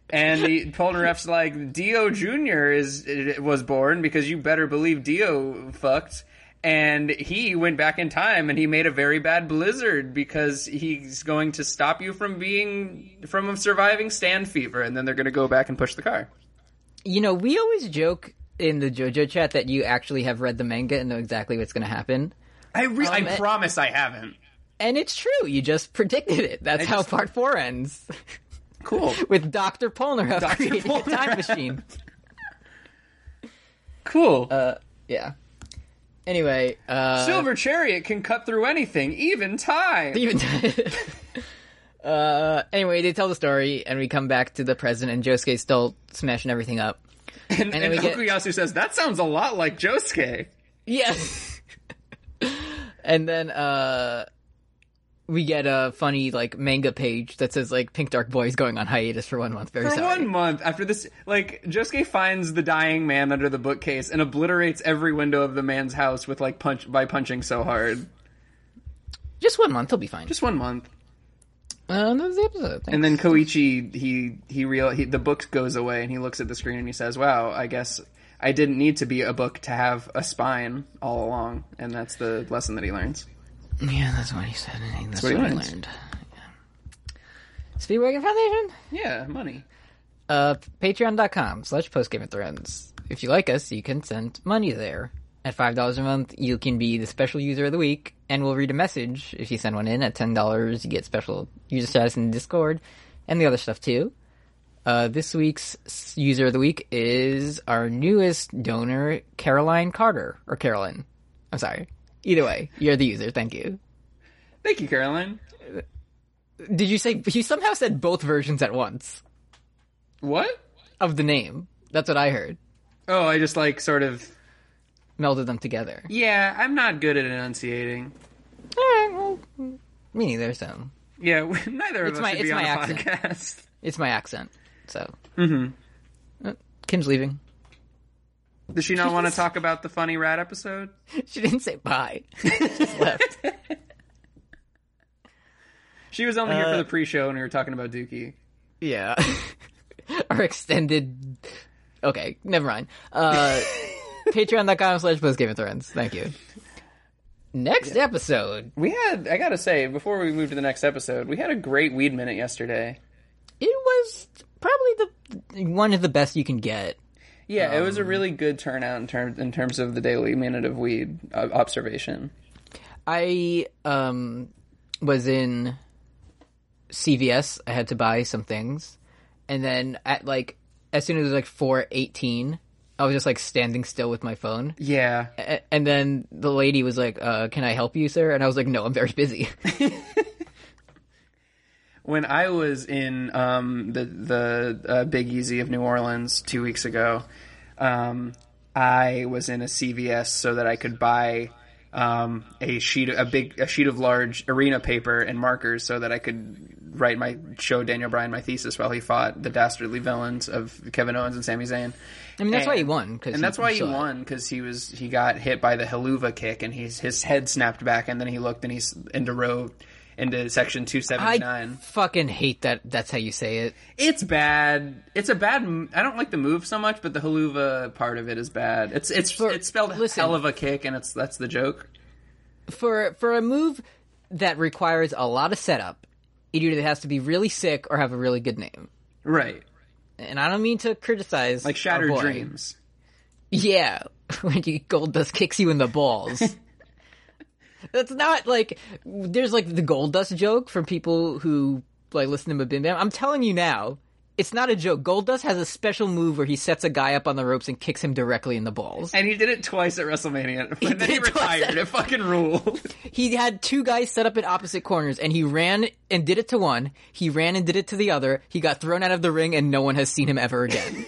Speaker 2: And the, Polnareff's like Dio Junior is was born because you better believe Dio fucked, and he went back in time and he made a very bad blizzard because he's going to stop you from being from surviving stand fever, and then they're going to go back and push the car.
Speaker 1: you know, we always joke in the JoJo chat that you actually have read the manga and know exactly what's gonna happen,
Speaker 2: I re- I
Speaker 1: Um, it-
Speaker 2: promise I haven't.
Speaker 1: and it's true. You just predicted it. That's how
Speaker 2: just-
Speaker 1: part four ends
Speaker 2: Cool,
Speaker 1: with Doctor Polnareff
Speaker 2: Dr.
Speaker 1: creating a
Speaker 2: Polnareff.
Speaker 1: time machine.
Speaker 2: cool.
Speaker 1: Yeah. Anyway, uh,
Speaker 2: Uh, Silver Chariot can cut through anything, even time.
Speaker 1: even uh anyway they tell the story and we come back to the present and josuke's still smashing everything up
Speaker 2: and
Speaker 1: then
Speaker 2: and,
Speaker 1: we get-
Speaker 2: Okuyasu says, That sounds a lot like Josuke.
Speaker 1: yeah and then uh, we get a funny like manga page that says like Pink Dark Boy is going on hiatus for one month. Very
Speaker 2: For
Speaker 1: sorry.
Speaker 2: one month after this, like Josuke finds the dying man under the bookcase and obliterates every window of the man's house with like punch by punching so hard.
Speaker 1: Just one month, he'll be fine.
Speaker 2: Just one month,
Speaker 1: Uh, that was the episode.
Speaker 2: and then Koichi he he real he, the book goes away and he looks at the screen and he says, "Wow, I guess I didn't need to be a book to have a spine all along." And that's the lesson that he learns.
Speaker 1: then yeah, that's what he said. I think that's,
Speaker 2: what he
Speaker 1: what I
Speaker 2: learns.
Speaker 1: learned. Yeah. Speedwagon Foundation.
Speaker 2: Yeah, money.
Speaker 1: uh, patreon.com slash postgame of thrones if you like us you can send money there at $5 a month you can be the special user of the week and we'll read a message if you send one in at $10 you get special user status in discord and the other stuff too uh, this week's s- user of the week is our newest donor caroline carter or carolyn i'm sorry either way you're the user thank you
Speaker 2: Thank you, Caroline.
Speaker 1: did you say you somehow said both versions at once
Speaker 2: What?
Speaker 1: of the name that's what i heard
Speaker 2: Oh, I just like sort of.
Speaker 1: melded them together
Speaker 2: Yeah, I'm not good at enunciating.
Speaker 1: All right, well, mm, me neither. So
Speaker 2: Yeah, neither of
Speaker 1: It's
Speaker 2: us
Speaker 1: my-
Speaker 2: should
Speaker 1: it's
Speaker 2: be on
Speaker 1: my
Speaker 2: a
Speaker 1: accent.
Speaker 2: podcast.
Speaker 1: it's my accent. So mm-hmm. Kim's leaving.
Speaker 2: Does she not want to talk about the funny rat episode?
Speaker 1: She didn't say bye. She just left.
Speaker 2: She was only here for the pre-show, and we were talking about Dookie.
Speaker 1: Yeah. Our extended. Okay, never mind. Uh, Patreon.com slash post Game of Thrones. Thank you. Next episode.
Speaker 2: We had, I gotta say, before we move to the next episode, we had a great weed minute yesterday.
Speaker 1: It was probably the one of the best you can get.
Speaker 2: Yeah, it was a really good turnout in terms in terms of the daily minute of weed uh, observation.
Speaker 1: I um was in CVS. I had to buy some things, and then at like as soon as it was like four eighteen, I was just like standing still with my phone.
Speaker 2: Yeah,
Speaker 1: A- and then the lady was like, uh, "Can I help you, sir?" And I was like, "No, I'm very busy."
Speaker 2: when I was in um, the the uh, Big Easy of New Orleans two weeks ago, um, I was in a CVS so that I could buy um, a sheet, a big, a sheet of large arena paper and markers, so that I could write my show Daniel Bryan my thesis while he fought the dastardly villains of Kevin Owens and Sami Zayn.
Speaker 1: I mean, that's why
Speaker 2: And-
Speaker 1: he won. Cause
Speaker 2: and that's why he
Speaker 1: saw it.
Speaker 2: won because he was he got hit by the haluva kick and he's his head snapped back and then he looked and he's into row into section two
Speaker 1: I
Speaker 2: seventy nine.
Speaker 1: fucking hate that. That's how you say it.
Speaker 2: It's bad. It's a bad. m- I don't like the move so much, but the haluva part of it is bad. It's it's it's spelled
Speaker 1: listen.
Speaker 2: hell of a kick, and it's that's the joke.
Speaker 1: for for a move that requires a lot of setup, it either has to be really sick or have a really good name.
Speaker 2: Right, Oh,
Speaker 1: And I don't mean to criticize
Speaker 2: like
Speaker 1: our
Speaker 2: shattered
Speaker 1: boy.
Speaker 2: dreams.
Speaker 1: Yeah, when you gold dust kicks you in the balls. That's not like there's like the gold dust joke from people who like listen to Mabim Bam. I'm telling you now. It's not a joke. Goldust has a special move where he sets a guy up on the ropes and kicks him directly in the balls.
Speaker 2: And he did it twice at WrestleMania,
Speaker 1: He
Speaker 2: but then he
Speaker 1: did it twice
Speaker 2: retired.
Speaker 1: at-
Speaker 2: It fucking ruled.
Speaker 1: he had two guys set up at opposite corners and he ran and did it to one he ran and did it to the other he got thrown out of the ring and no one has seen him ever again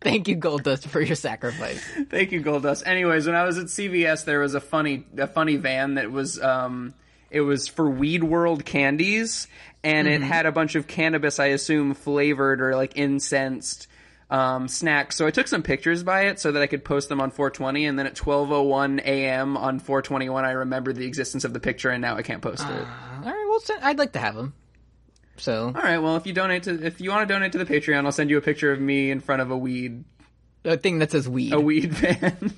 Speaker 1: thank you goldust for your sacrifice
Speaker 2: Thank you, Goldust. Anyways, when I was at CVS, there was a funny a funny van that was um it was for Weed World candies, and it had a bunch of cannabis, I assume, flavored or like incensed um, snacks. So I took some pictures by it so that I could post them on 420, and then at 12:01 a.m. on 421, I remembered the existence of the picture, and now I can't post it.
Speaker 1: all right well send, i'd like to have him so
Speaker 2: All right, well, if you donate to if you want to donate to the Patreon, I'll send you a picture of me in front of a weed
Speaker 1: a thing that says weed
Speaker 2: a weed van.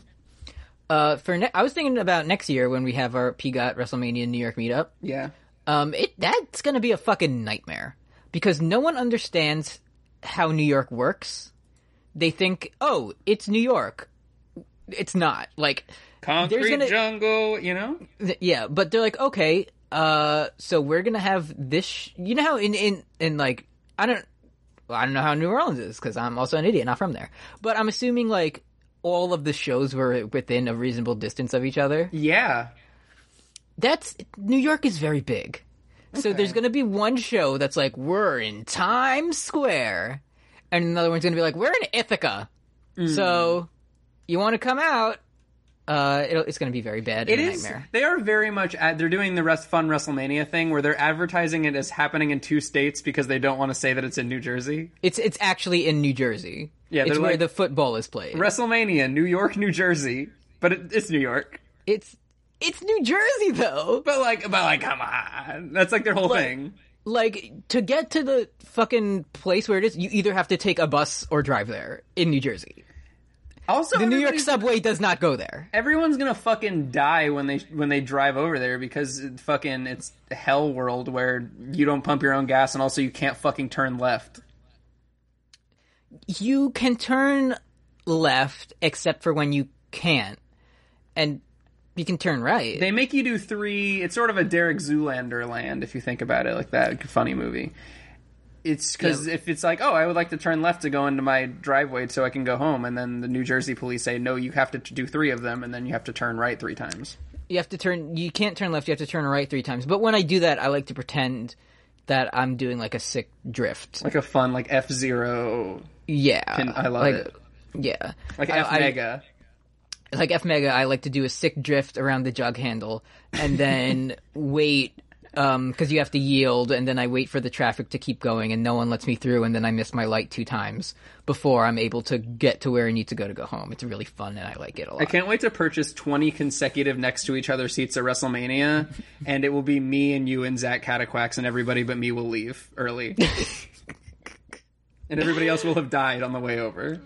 Speaker 1: uh, for ne- i was thinking about next year when we have our pgot wrestlemania new york meetup
Speaker 2: yeah.
Speaker 1: Um, it that's gonna be a fucking nightmare because no one understands how New York works. They think, oh, it's New York. It's not like,
Speaker 2: Concrete
Speaker 1: gonna-
Speaker 2: jungle, you know?
Speaker 1: th- yeah, but they're like, okay, uh, so we're gonna have this. Sh- you know how in in in like I don't, well, I don't know how New Orleans is because I'm also an idiot, not from there. But I'm assuming like all of the shows were within a reasonable distance of each other.
Speaker 2: Yeah.
Speaker 1: that's New York is very big. So there's going to be one show that's like we're in Times Square,
Speaker 2: Mm.
Speaker 1: and another one's going to be like we're in Ithaca. So you want to come out? Uh, it'll, it's going to be very bad.
Speaker 2: It
Speaker 1: and a
Speaker 2: is.
Speaker 1: nightmare.
Speaker 2: They are very much. Ad- they're doing the rest fun WrestleMania thing where they're advertising it as happening in two states because they don't want to say that it's in New Jersey.
Speaker 1: It's it's actually in New Jersey.
Speaker 2: Yeah,
Speaker 1: it's
Speaker 2: they're
Speaker 1: where
Speaker 2: like-
Speaker 1: the football is played.
Speaker 2: WrestleMania, New York, New Jersey, but it, it's New York.
Speaker 1: it's it's New Jersey though.
Speaker 2: But like, but like, come on, that's like their whole thing.
Speaker 1: Like to get to the fucking place where it is, you either have to take a bus or drive there in New Jersey.
Speaker 2: Also,
Speaker 1: The New York
Speaker 2: everybody's-
Speaker 1: subway does not go there.
Speaker 2: Everyone's gonna fucking die when they when they drive over there because it fucking it's hell world where you don't pump your own gas and also you can't fucking turn left.
Speaker 1: You can turn left except for when you can't, and you can turn right.
Speaker 2: They make you do three. It's sort of a Derek Zoolander land if you think about it like that. Funny movie. It's because if it's like, oh, I would like to turn left to go into my driveway so I can go home, and then the New Jersey police say, no, you have to t- do three of them, and then you have to turn right three times.
Speaker 1: you have to turn you can't turn left you have to turn right three times but when i do that i like to pretend that i'm doing like a sick drift
Speaker 2: Like a fun, like F Zero.
Speaker 1: yeah
Speaker 2: I love
Speaker 1: like,
Speaker 2: it.
Speaker 1: yeah
Speaker 2: Like
Speaker 1: I-
Speaker 2: F
Speaker 1: I-
Speaker 2: Mega.
Speaker 1: like f mega i like to do a sick drift around the jug handle and then wait um because you have to yield and then i wait for the traffic to keep going and no one lets me through and then i miss my light two times before i'm able to get to where i need to go to go home it's really fun and i like it a lot
Speaker 2: I can't wait to purchase 20 consecutive next to each other seats at WrestleMania, and it will be me and you and Zach Cataquax, and everybody but me will leave early. and everybody else will have died on the way over.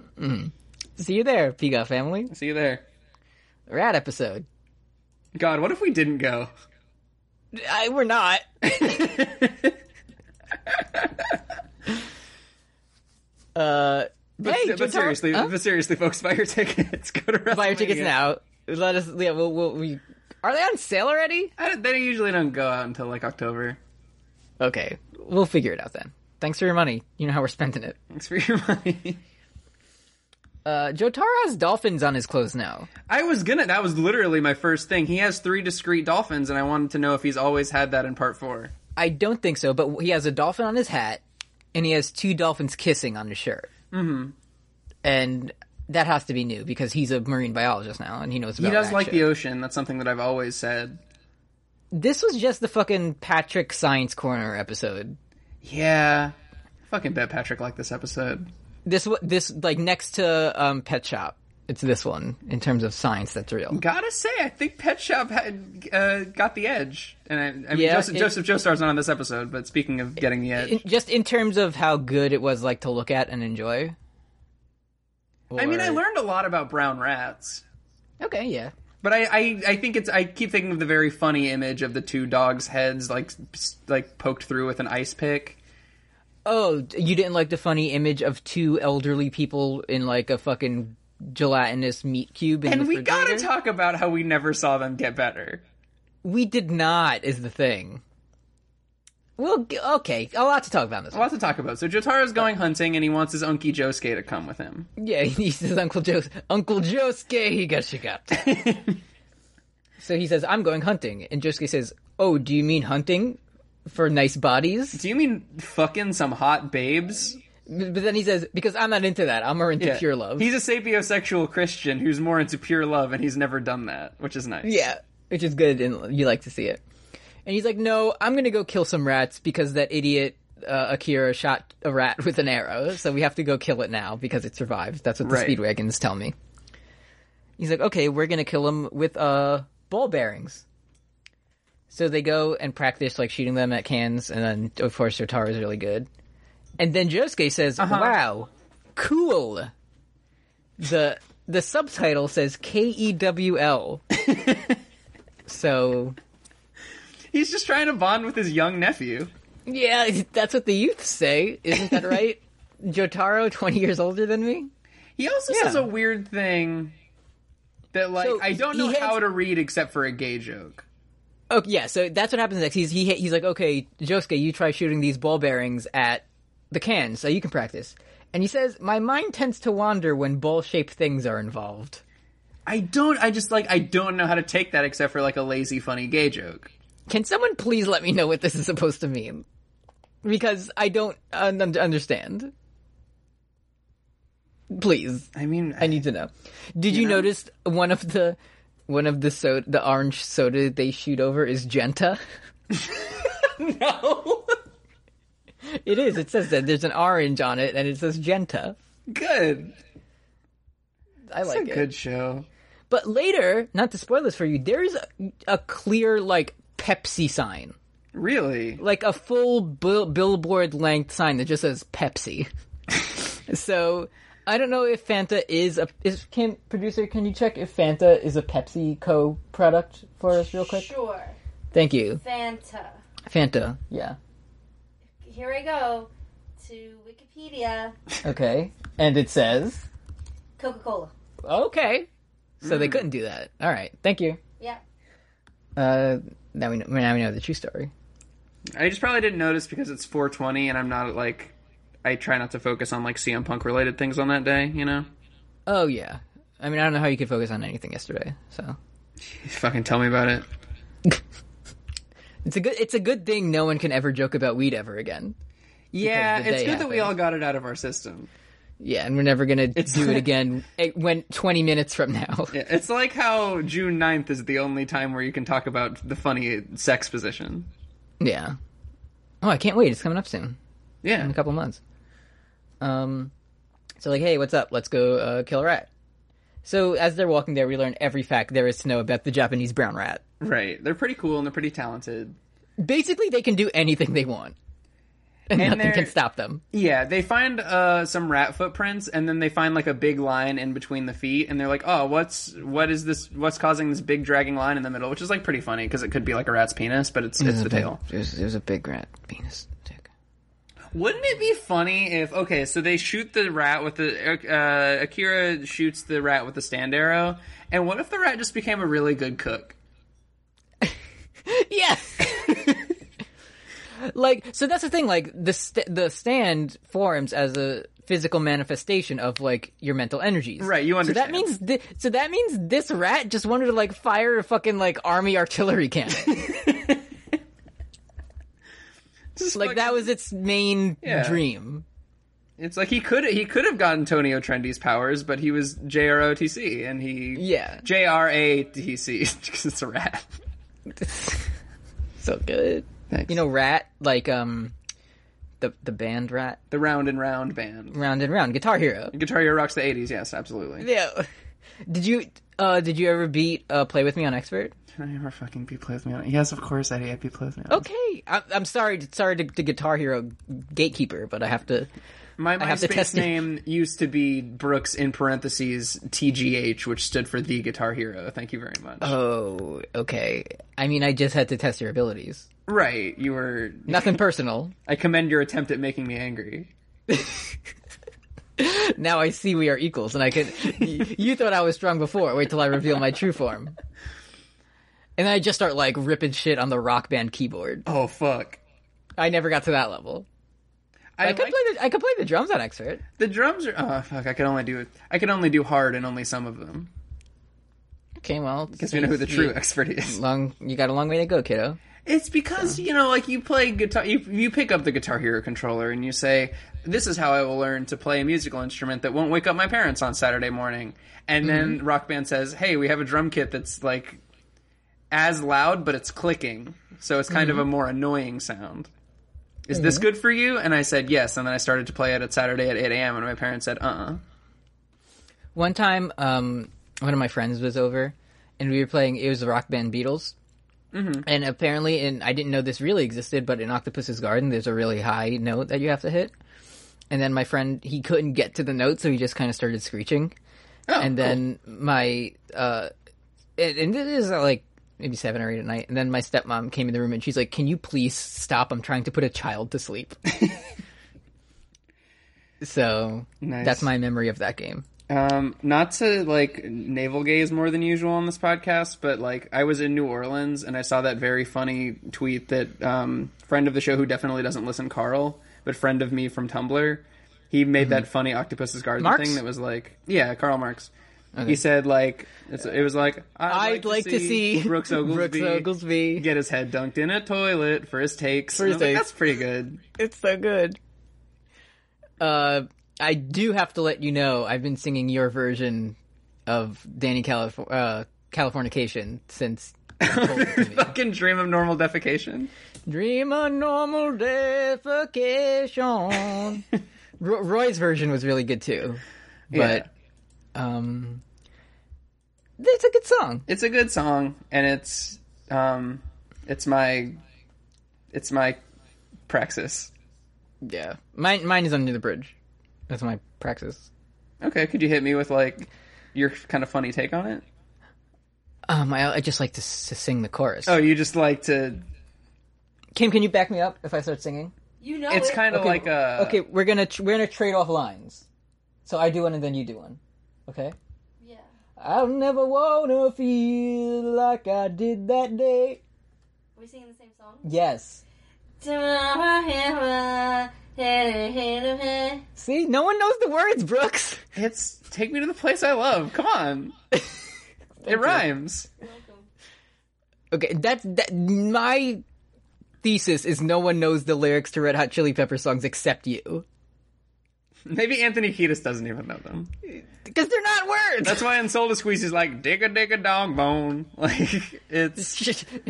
Speaker 1: see you there piga family
Speaker 2: See you there.
Speaker 1: rad episode
Speaker 2: God, what if we didn't go?
Speaker 1: I, we're not
Speaker 2: But,
Speaker 1: Uh, Hey,
Speaker 2: but
Speaker 1: Jim Tom-
Speaker 2: seriously,
Speaker 1: huh?
Speaker 2: but seriously, folks, buy your tickets. Go to
Speaker 1: buy your tickets
Speaker 2: WrestleMania.
Speaker 1: now. Let us. Yeah, we'll, we'll, we are they on sale already?
Speaker 2: I don't- they usually don't go out until like October.
Speaker 1: Okay, we'll figure it out then. Thanks for your money. You know how we're spending it.
Speaker 2: Thanks for your money.
Speaker 1: Uh, Jotaro has dolphins on his clothes now.
Speaker 2: I was gonna. That was literally my first thing. He has three discrete dolphins, and I wanted to know if he's always had that in part four.
Speaker 1: I don't think so, but he has a dolphin on his hat, and he has two dolphins kissing on his shirt. Mm-hmm. And that has to be new because he's a marine biologist now, and he knows about.
Speaker 2: He does
Speaker 1: that
Speaker 2: like
Speaker 1: shit.
Speaker 2: the ocean. That's something that I've always said.
Speaker 1: This was just the fucking Patrick Science Corner episode.
Speaker 2: Yeah. I fucking bet Patrick liked this episode.
Speaker 1: This wa- this like next to um, Pet Shop. It's this one in terms of science that's real.
Speaker 2: Gotta say, I think Pet Shop had uh, got the edge. And I, I mean,
Speaker 1: Yeah,
Speaker 2: Joseph,
Speaker 1: it-
Speaker 2: Joseph Joestar's not on this episode, but speaking of getting the edge,
Speaker 1: in, just in terms of how good it was like to look at and enjoy.
Speaker 2: I mean, I
Speaker 1: Or-
Speaker 2: learned a lot about brown rats.
Speaker 1: Okay, yeah.
Speaker 2: But I, I, I think it's. I keep thinking of the very funny image of the two dogs' heads like, s- like poked through with an ice pick.
Speaker 1: Oh, d- you didn't like the funny image of two elderly people in like a fucking gelatinous meat cube. In
Speaker 2: And
Speaker 1: the
Speaker 2: we gotta
Speaker 1: refrigerator?
Speaker 2: talk about how we never saw them get better.
Speaker 1: We did not is the thing. Well, g- okay, a lot to talk about in this.
Speaker 2: A lot to talk about. So
Speaker 1: Oh.
Speaker 2: Jotaro's going hunting, and he wants his Unky Josuke to come with him.
Speaker 1: one. Yeah, he says Uncle Joe's Uncle Josuke he got she got. so he says, "I'm going hunting," and Josuke says, "Oh, do you mean hunting for nice bodies?"
Speaker 2: Do you mean fucking some hot babes?
Speaker 1: But but then he says, because I'm not into that. I'm more into pure love.
Speaker 2: He's a sapiosexual Christian who's more into pure love, and he's never done that, which is nice.
Speaker 1: yeah, which is good, and you like to see it. And he's like, no, I'm gonna go kill some rats because that idiot uh, Akira shot a rat with an arrow, so we have to go kill it now because it survived. That's what the
Speaker 2: Right.
Speaker 1: speedwagons tell me. He's like, okay, we're gonna kill him with uh ball bearings. So they go and practice like shooting them at cans, and then of course Tara is really good. And then Josuke says, "Wow, cool." the The subtitle says K E W L. So
Speaker 2: He's just trying to bond with his young nephew.
Speaker 1: yeah, that's what the youth say, isn't that right? Jotaro, twenty years older than me.
Speaker 2: He also
Speaker 1: Yeah.
Speaker 2: says a weird thing that, like,
Speaker 1: So
Speaker 2: I don't
Speaker 1: he
Speaker 2: know
Speaker 1: has-
Speaker 2: how to read except for a gay joke.
Speaker 1: Oh yeah, so that's what happens next. He's he he's like, okay, Josuke, you try shooting these ball bearings at the can, so you can practice. And he says, my mind tends to wander when ball shaped things are involved.
Speaker 2: I don't. I just like I don't know how to take that except for like a lazy, funny gay joke.
Speaker 1: Can someone please let me know what this is supposed to mean? Because I don't un- un- understand. Please,
Speaker 2: I mean,
Speaker 1: I need to know. Did you, notice one of the one of the soda, the orange soda they shoot over is Genta.
Speaker 2: no.
Speaker 1: It is. It says that there's an orange on it, and it says Genta.
Speaker 2: good.
Speaker 1: I
Speaker 2: It's a
Speaker 1: like it.
Speaker 2: good show.
Speaker 1: But later, not to spoil this for you, there is a, a clear like Pepsi sign,
Speaker 2: Really?
Speaker 1: like a full bill- billboard length sign that just says Pepsi. so I don't know if Fanta is a is can producer. Can you check if Fanta is a Pepsi Co product for us real quick?
Speaker 3: Sure.
Speaker 1: Thank you,
Speaker 3: Fanta.
Speaker 1: Fanta. Yeah.
Speaker 3: Here I go to Wikipedia.
Speaker 1: Okay. And it says
Speaker 3: Coca Cola.
Speaker 1: okay. So they couldn't do that. All right. Thank you.
Speaker 3: Yeah.
Speaker 1: Uh, now we know, now we know the true story.
Speaker 2: I just probably didn't notice because it's 420 and I'm not like I try not to focus on like CM Punk related things on that day, you know.
Speaker 1: Oh yeah. I mean, I don't know how you could focus on anything yesterday. So
Speaker 2: Fucking tell me about it.
Speaker 1: it's a good it's a good thing no one can ever joke about weed ever again.
Speaker 2: Yeah,
Speaker 1: the
Speaker 2: it's
Speaker 1: day
Speaker 2: good that we
Speaker 1: happened.
Speaker 2: all got it out of our system.
Speaker 1: Yeah, and we're never gonna
Speaker 2: It's-
Speaker 1: do it again. It went twenty minutes from now.
Speaker 2: Yeah, It's like how June 9th is the only time where you can talk about the funny sex position.
Speaker 1: Yeah. Oh, I can't wait. It's coming up soon in
Speaker 2: Yeah.
Speaker 1: a couple months. Um, so like, hey, what's up? Let's go uh, kill a rat. So as they're walking there, we learn every fact there is to know about the Japanese brown rat.
Speaker 2: Right. They're pretty cool and they're pretty talented.
Speaker 1: Basically, they can do anything they want, and,
Speaker 2: And
Speaker 1: nothing
Speaker 2: they're-
Speaker 1: can stop them.
Speaker 2: Yeah, they find uh, some rat footprints, and then they find like a big line in between the feet, and they're like, "Oh, what's what is this? What's causing this big dragging line in the middle?" Which is like pretty funny because it could be like a rat's penis, but it's it's the tail.
Speaker 1: It was, it was a big rat penis dick.
Speaker 2: Wouldn't it be funny if okay, so they shoot the rat with the uh, Akira shoots the rat with the stand arrow, and what if the rat just became a really good cook?
Speaker 1: Yes. like so that's the thing like the st- the stand forms as a physical manifestation of like your mental energies.
Speaker 2: Right, you
Speaker 1: So that
Speaker 2: understand.
Speaker 1: means thi- so that means this rat just wanted to like fire a fucking like army artillery cannon.
Speaker 2: Just
Speaker 1: like that was its main
Speaker 2: Yeah.
Speaker 1: dream.
Speaker 2: It's like he could he could have gotten Tonio Trendy's powers, but he was JROTC, and he
Speaker 1: Yeah.
Speaker 2: JRATC because it's a rat.
Speaker 1: so good.
Speaker 2: Thanks.
Speaker 1: You know rat like um the the band rat
Speaker 2: The Round and Round Band.
Speaker 1: round and round guitar hero.
Speaker 2: Guitar Hero rocks the 80s, yes, absolutely.
Speaker 1: Yeah. Did you uh did you ever beat uh play with me on expert?
Speaker 2: Can I ever fucking be play with me on it? Yes, of course, Eddie, I'd be
Speaker 1: Oh,
Speaker 2: play with me on it.
Speaker 1: Okay, I, I'm sorry, sorry to, to Guitar Hero gatekeeper, but I have to.
Speaker 2: My
Speaker 1: have to
Speaker 2: MySpace
Speaker 1: test it.
Speaker 2: name used to be Brooks in parentheses TGH, which stood for The Guitar Hero. Thank you very much.
Speaker 1: Oh, okay. I mean, I just had to test your abilities.
Speaker 2: right, you were.
Speaker 1: Nothing personal.
Speaker 2: I commend your attempt at making me angry.
Speaker 1: Now I see we are equals, and I can. y- you thought I was strong before. Wait till I reveal my true form. And then I just start like ripping shit on the rock band keyboard.
Speaker 2: Oh, fuck.
Speaker 1: I never got to that level.
Speaker 2: I,
Speaker 1: I could
Speaker 2: like
Speaker 1: play the I could play the drums on expert.
Speaker 2: the drums are. Oh, fuck. I can only do it. I can only do hard and only some of them.
Speaker 1: Okay, well,
Speaker 2: Because we know who the true expert is.
Speaker 1: long you got a long way to go, kiddo.
Speaker 2: It's because you know, like you play guitar, you you pick up the Guitar Hero controller and you say, "This is how I will learn to play a musical instrument that won't wake up my parents on Saturday morning." And then Rock Band says, "Hey, we have a drum kit that's like as loud, but it's clicking, so it's kind of a more annoying sound." Is this good for you? And I said yes, and then I started to play it at Saturday at 8 a.m. And my parents said, "Uh, uh
Speaker 1: One time, um, one of my friends was over, and we were playing. It was the rock band Beatles, mm-hmm. and apparently, and I didn't know this really existed, but in Octopus's Garden, there's a really high note that you have to hit. And then my friend, he couldn't get to the note, so he just kind of started screeching.
Speaker 2: oh,
Speaker 1: and
Speaker 2: cool.
Speaker 1: then my, uh, and, and it is uh, like maybe seven or eight at night. And then my stepmom came in the room, and she's like, "Can you please stop? I'm trying to put a child to sleep." so
Speaker 2: Nice.
Speaker 1: that's my memory of that game.
Speaker 2: Um, not to like navel gaze more than usual on this podcast, but like I was in New Orleans and I saw that very funny tweet that um, friend of the show who definitely doesn't listen, Carl, but friend of me from Tumblr, he made
Speaker 1: Mm-hmm.
Speaker 2: that funny octopus's garden
Speaker 1: Marx?
Speaker 2: thing that was like, yeah, Karl Marx. He said like it's, it was like I'd,
Speaker 1: I'd like, to see,
Speaker 2: Brooks Oglesby,
Speaker 1: Brooks Oglesby.
Speaker 2: get his head dunked in a toilet for his takes.
Speaker 1: his
Speaker 2: And I was like,
Speaker 1: takes.
Speaker 2: That's pretty good.
Speaker 1: It's so good. Uh, I do have to let you know I've been singing your version of Danny California, uh, Californication since you told it to me.
Speaker 2: Fucking dream of normal defecation.
Speaker 1: Dream a normal defecation. Ro- Roy's version was really good too, but um, it's a good song.
Speaker 2: it's a good song and it's um it's my it's my praxis
Speaker 1: Yeah, mine mine is under the bridge. That's my praxis.
Speaker 2: okay could you hit me with like your kind of funny take on it
Speaker 1: Um, I, I just like to, s- to sing the chorus.
Speaker 2: oh you just like to
Speaker 1: Kim, can you back me up if I start singing?
Speaker 3: You know
Speaker 2: it's
Speaker 3: it.
Speaker 2: kind of like a
Speaker 1: Oh, okay, we're gonna tr- we're gonna trade off lines. So I do one and then you do one. Okay.
Speaker 3: Yeah.
Speaker 1: I'll never wanna feel like I did that day.
Speaker 3: Are we singing the same song?
Speaker 1: Yes. See, no one knows the words, Brooks.
Speaker 2: it's take me to the place i love come on it rhymes
Speaker 3: Welcome.
Speaker 1: Okay, that's that. My thesis is no one knows the lyrics to Red Hot Chili Pepper songs except you,
Speaker 2: maybe anthony Kiedis doesn't even know them
Speaker 1: because they're not words.
Speaker 2: that's why in soul to squeeze he's like dig a dig a dog bone like it's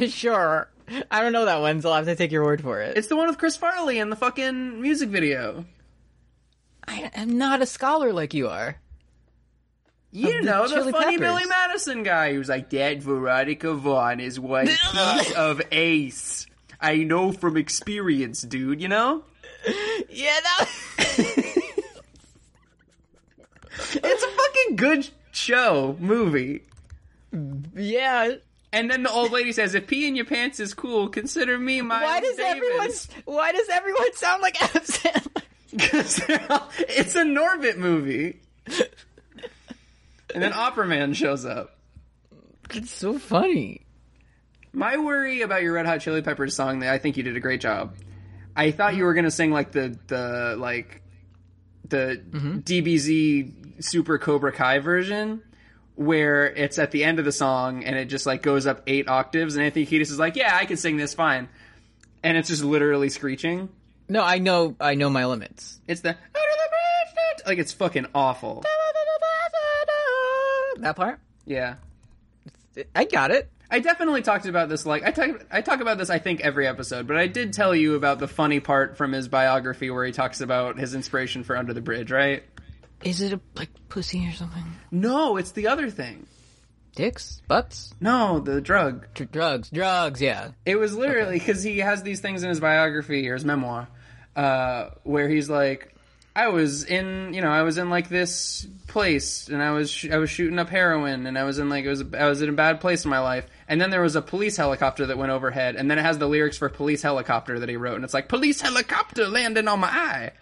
Speaker 1: sure. I don't know that one, so I'll have to take your word for it.
Speaker 2: it's the one with chris farley in the fucking music video
Speaker 1: I am not a scholar like you are.
Speaker 2: You
Speaker 1: of the
Speaker 2: know, the,
Speaker 1: Chili Peppers.
Speaker 2: funny Billy Madison guy who's like, That Veronica Vaughn is one piece of ace. I know from experience, dude, you know?
Speaker 1: Yeah, that.
Speaker 2: It's a fucking good show, movie.
Speaker 1: yeah.
Speaker 2: And then the old lady says, If pee in your pants is cool, consider me my.
Speaker 1: Why does everyone? Why does everyone sound like Adam Sandler?
Speaker 2: everyone. it's a Norbit movie. and then Opera Man shows up.
Speaker 1: It's so funny.
Speaker 2: My worry about your Red Hot Chili Peppers song that I think you did a great job. I thought you were gonna sing like the the like the DBZ Super Cobra Kai version, where it's at the end of the song and it just like goes up eight octaves, and Anthony Kiedis is like, "Yeah, I can sing this fine," and it's just literally screeching.
Speaker 1: No, I know. I know my limits.
Speaker 2: It's the like it's fucking awful.
Speaker 1: That part.
Speaker 2: Yeah.
Speaker 1: I got it.
Speaker 2: I definitely talked about this. Like I talk, I talk about this. I think every episode, but I did tell you about the funny part from his biography where he talks about his inspiration for Under the Bridge, right?
Speaker 1: Is it a, like pussy or something?
Speaker 2: No, it's the other thing.
Speaker 1: Dicks, butts,
Speaker 2: No, the drug.
Speaker 1: Dr- drugs, drugs. Yeah.
Speaker 2: It was literally because he has these things in his biography or his memoir, uh, where he's like, I was in, you know, I was in like this place, and I was sh- I was shooting up heroin, and I was in like it was I was in a bad place in my life, and then there was a police helicopter that went overhead, and then it has the lyrics for police helicopter that he wrote, and it's like police helicopter landing on my eye,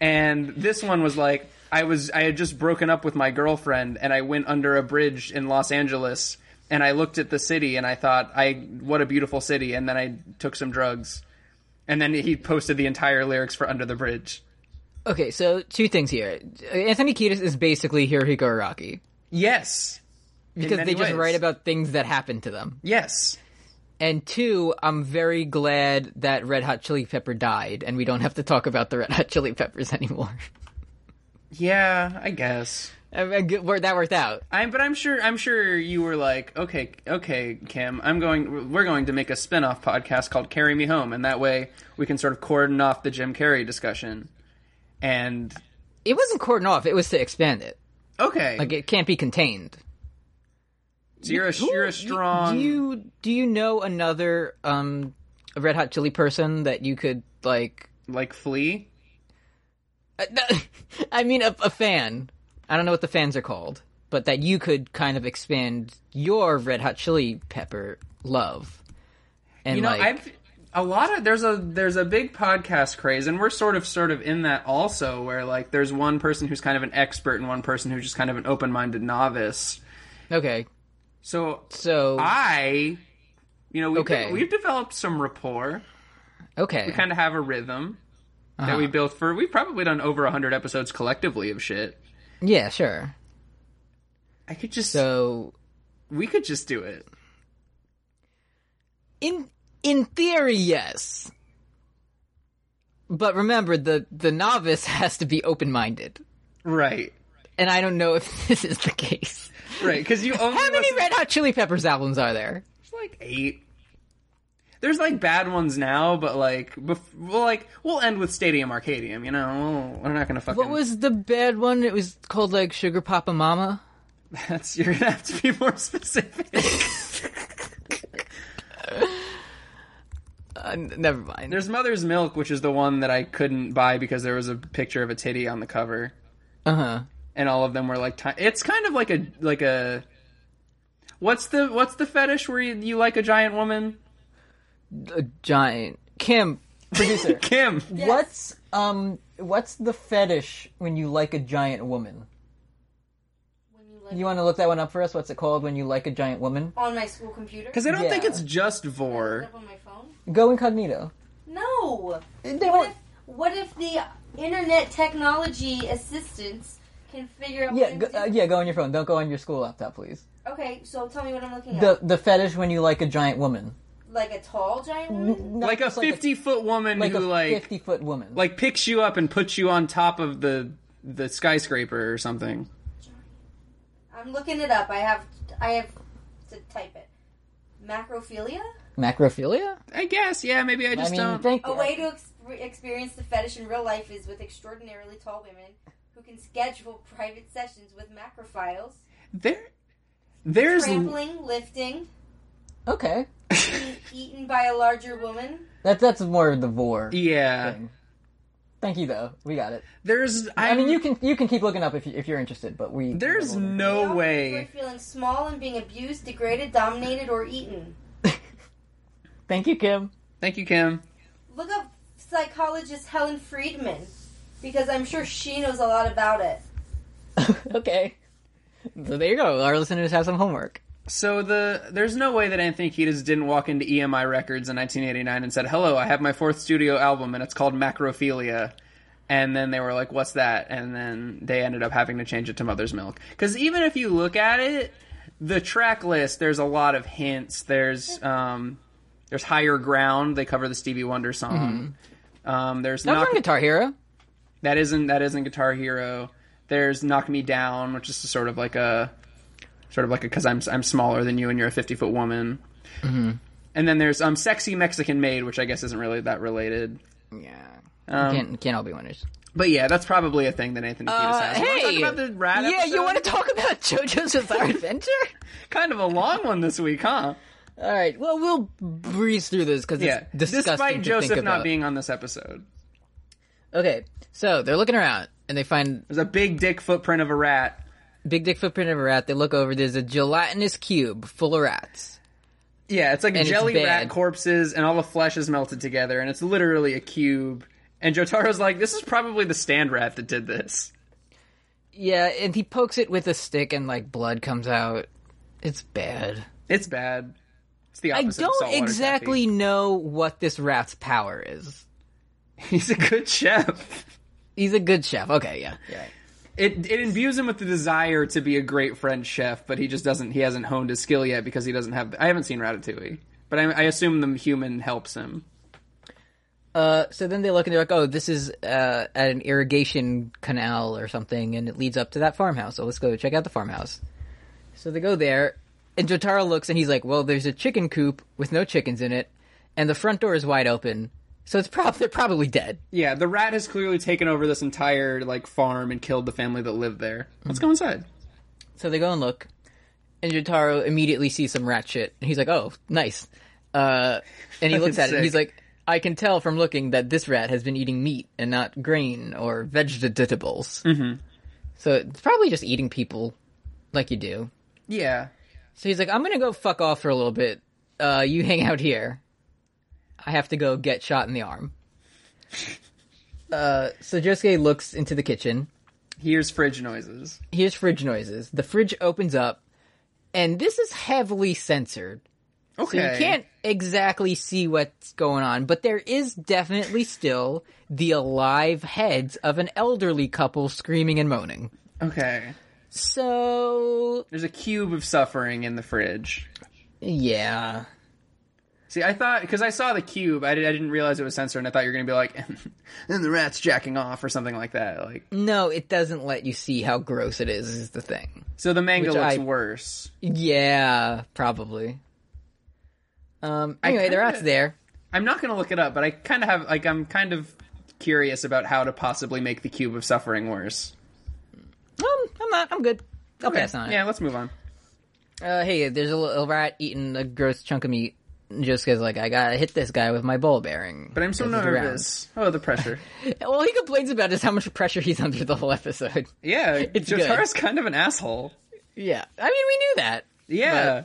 Speaker 2: and this one was like I was I had just broken up with my girlfriend, and I went under a bridge in Los Angeles, and I looked at the city, and I thought I what a beautiful city, and then I took some drugs, and then he posted the entire lyrics for Under the Bridge.
Speaker 1: Okay, so two things here. Anthony Kiedis is basically Hirohiko Araki
Speaker 2: Yes.
Speaker 1: because
Speaker 2: many
Speaker 1: they just
Speaker 2: ways.
Speaker 1: write about things that happen to them.
Speaker 2: Yes.
Speaker 1: And two, I'm very glad that Red Hot Chili Pepper died, and we don't have to talk about the Red Hot Chili Peppers anymore.
Speaker 2: Yeah, I guess.
Speaker 1: I mean, good- wor- that worked out.
Speaker 2: I'm but I'm sure I'm sure you were like, "Okay, okay, Kim, I'm going we're going to make a spin-off podcast called Carry Me Home and that way we can sort of cordon off the Jim Carrey discussion." And
Speaker 1: It wasn't cordon off; it was to expand it.
Speaker 2: okay,
Speaker 1: Like it can't be contained.
Speaker 2: so you're a you're a strong
Speaker 1: Do you do you know another um, Red Hot Chili person that you could like?
Speaker 2: like flea.
Speaker 1: I mean, a, a fan. I don't know what the fans are called, but that you could kind of expand your Red Hot Chili Pepper love. And
Speaker 2: You know,
Speaker 1: like,
Speaker 2: I've a lot of there's a there's a big podcast craze, and we're sort of sort of in that also, where like there's one person who's kind of an expert and one person who's just kind of an open-minded novice.
Speaker 1: okay,
Speaker 2: So
Speaker 1: so
Speaker 2: I, you know, we've,
Speaker 1: Okay.
Speaker 2: we've developed some rapport.
Speaker 1: okay,
Speaker 2: We kind of have a rhythm that we built for. We've probably done over hundred episodes collectively of shit.
Speaker 1: yeah, sure.
Speaker 2: I could just,
Speaker 1: So
Speaker 2: we could just do it.
Speaker 1: In in theory, yes. But remember, the the novice has to be open minded,
Speaker 2: Right.
Speaker 1: and I don't know if this is the case.
Speaker 2: right? Because you only
Speaker 1: How many
Speaker 2: listen-
Speaker 1: Red Hot Chili Peppers albums are there?
Speaker 2: There's like eight. There's like bad ones now, but like, bef- well, like we'll end with Stadium Arcadium. You know, We'll- we're not gonna fucking.
Speaker 1: What was the bad one? It was called like Sugar Papa Mama.
Speaker 2: That's you're gonna have to be more specific.
Speaker 1: Uh, n- never mind.
Speaker 2: There's Mother's Milk, which is the one that I couldn't buy because there was a picture of a titty on the cover,
Speaker 1: Uh huh.
Speaker 2: and all of them were like. Ti- it's kind of like a like a. What's the what's the fetish where you, you like a giant woman?
Speaker 1: A giant Kim producer.
Speaker 2: Kim,
Speaker 1: What's um what's the fetish when you like a giant woman?
Speaker 3: When you look
Speaker 1: You want to look that one up for us? What's it called when you like a giant woman?
Speaker 3: on my school computer,
Speaker 2: because I don't
Speaker 1: Yeah.
Speaker 2: think it's just vor.
Speaker 3: up on my phone.
Speaker 1: Go incognito.
Speaker 3: No.
Speaker 1: They
Speaker 3: What
Speaker 1: won't.
Speaker 3: if, what if the internet technology assistants can figure out?
Speaker 1: Yeah,
Speaker 3: what
Speaker 1: go,
Speaker 3: I'm
Speaker 1: uh,
Speaker 3: doing?
Speaker 1: yeah. Go on your phone. Don't go on your school laptop, please.
Speaker 3: Okay, so tell me what I'm looking at.
Speaker 1: The the fetish when you like a giant woman,
Speaker 3: Like a tall giant woman.
Speaker 1: Not
Speaker 2: Like a
Speaker 1: just
Speaker 2: fifty foot woman
Speaker 1: like
Speaker 2: who
Speaker 1: a
Speaker 2: like
Speaker 1: fifty foot woman.
Speaker 2: like picks you up and puts you on top of the the skyscraper or something.
Speaker 3: I'm looking it up. I have I have to type it. Macrophilia,
Speaker 1: macrophilia.
Speaker 2: I guess, yeah, maybe I
Speaker 1: I
Speaker 2: just
Speaker 1: mean,
Speaker 2: don't.
Speaker 1: thank
Speaker 3: a
Speaker 1: you.
Speaker 3: way to ex- experience the fetish in real life is with extraordinarily tall women who can schedule private sessions with macrophiles,
Speaker 2: There, there's
Speaker 3: trampling, lifting,
Speaker 1: Okay,
Speaker 3: being eaten by a larger woman.
Speaker 1: that's that's more the vor.
Speaker 2: E- yeah,
Speaker 1: Thing. Thank you though. We got it.
Speaker 2: there's.
Speaker 1: I
Speaker 2: i
Speaker 1: mean, you can you can keep looking up if you, if you're interested, but we
Speaker 2: There's
Speaker 3: They
Speaker 2: no
Speaker 3: often
Speaker 2: way.
Speaker 3: report Feeling small and being abused, degraded, dominated, or eaten.
Speaker 1: Thank you, Kim.
Speaker 2: Thank you, Kim.
Speaker 3: Look up psychologist Helen Friedman because I'm sure she knows a lot about it.
Speaker 1: okay. So there you go. Our listeners have some homework.
Speaker 2: So the there's no way that Anthony Kiedis didn't walk into EMI Records in 1989 and said, "Hello, I have my fourth studio album and it's called Macrophilia." And then they were like, "What's that?" And then they ended up having to change it to Mother's Milk because even if you look at it, the track list there's a lot of hints. There's um, there's Higher Ground. They cover the Stevie Wonder song.
Speaker 1: Mm-hmm.
Speaker 2: Um, there's
Speaker 1: That was
Speaker 2: Knock-
Speaker 1: on Guitar Hero.
Speaker 2: that isn't that isn't Guitar Hero. There's Knock Me Down, which is sort of like a sort of like a because I'm I'm smaller than you and you're a 50 foot woman.
Speaker 1: Mm-hmm.
Speaker 2: And then there's um Sexy Mexican Maid, which I guess isn't really that related.
Speaker 1: Yeah.
Speaker 2: Um,
Speaker 1: can't can't all be winners.
Speaker 2: But yeah, that's probably a thing that Anthony Kiedis has. Wanna talk about the rat
Speaker 1: Uh, yeah, you
Speaker 2: episode?
Speaker 1: want to talk about JoJo's Bizarre Adventure?
Speaker 2: kind of a long one this week, huh?
Speaker 1: All right. Well, we'll breeze through this because
Speaker 2: Yeah,
Speaker 1: it's disgusting
Speaker 2: despite
Speaker 1: to
Speaker 2: Joseph
Speaker 1: think
Speaker 2: not
Speaker 1: about.
Speaker 2: being on this episode,
Speaker 1: Okay, so they're looking around and they find
Speaker 2: there's a big dick footprint of a rat.
Speaker 1: big dick footprint of a rat. They look over. There's a gelatinous cube full of rats.
Speaker 2: Yeah, it's like
Speaker 1: it's
Speaker 2: jelly rat
Speaker 1: bad.
Speaker 2: corpses, and all the flesh is melted together, and it's literally a cube. And Jotaro's like, this is probably the stand rat that did this.
Speaker 1: Yeah, and he pokes it with a stick and like blood comes out. It's bad.
Speaker 2: It's bad. It's the
Speaker 1: I
Speaker 2: opposite. of
Speaker 1: don't
Speaker 2: saltwater
Speaker 1: exactly know what this rat's power is.
Speaker 2: taffy. He's a good chef.
Speaker 1: He's a good chef. Okay, yeah.
Speaker 2: It it imbues him with the desire to be a great French chef, but he just doesn't. He hasn't honed his skill yet because he doesn't have. I haven't seen Ratatouille, but I, I assume the human helps him.
Speaker 1: Uh, so then they look and they're like, "Oh, this is uh, at an irrigation canal or something, and it leads up to that farmhouse. So let's go check out the farmhouse." So they go there, and Jotaro looks and he's like, "Well, there's a chicken coop with no chickens in it, and the front door is wide open, so it's prob- they're probably dead."
Speaker 2: Yeah, the rat has clearly taken over this entire like farm and killed the family that lived there. Let's go inside.
Speaker 1: So they go and look, and Jotaro immediately sees some rat shit, and he's like, "Oh, nice." Uh, and he looks at it, and he's
Speaker 2: Sick.
Speaker 1: like, "I can tell from looking that this rat has been eating meat and not grain or vegetables." Mm-hmm. So it's probably just eating people, like you do.
Speaker 2: Yeah,
Speaker 1: So he's like, "I'm gonna go fuck off for a little bit. Uh, you hang out here. I have to go get shot in the arm." uh, so Josuke looks into the kitchen
Speaker 2: hears fridge noises.
Speaker 1: here's fridge noises. The fridge opens up, and this is heavily censored. So
Speaker 2: Okay.
Speaker 1: you can't exactly see what's going on, but there is definitely still the alive heads of an elderly couple screaming and moaning.
Speaker 2: Okay.
Speaker 1: So,
Speaker 2: There's a cube of suffering in the fridge.
Speaker 1: yeah.
Speaker 2: See, I thought because I saw the cube, I, did, I didn't realize it was censored, and I thought you were gonna be like, "Then the rat's jacking off" or something like that. Like,
Speaker 1: No, it doesn't let you see how gross it is. Is the thing.
Speaker 2: so the manga
Speaker 1: Which
Speaker 2: looks
Speaker 1: I-
Speaker 2: worse.
Speaker 1: Yeah, probably. Um. Anyway, the
Speaker 2: kinda-
Speaker 1: rat's there.
Speaker 2: I'm not gonna look it up, but I kind of have like I'm kind of curious about how to possibly make the cube of suffering worse.
Speaker 1: Um, I'm not. I'm good. I'll pass on it.
Speaker 2: yeah, let's move on.
Speaker 1: Uh, hey, there's a little rat eating a gross chunk of meat. And Josuke's like, I gotta hit this guy with my ball bearing.
Speaker 2: But I'm so
Speaker 1: This is round.
Speaker 2: nervous. Oh, the pressure.
Speaker 1: All he complains about is how much pressure he's under the whole episode.
Speaker 2: Yeah,
Speaker 1: It's good.
Speaker 2: Jotara's kind of an asshole.
Speaker 1: Yeah, I mean, we knew that.
Speaker 2: Yeah,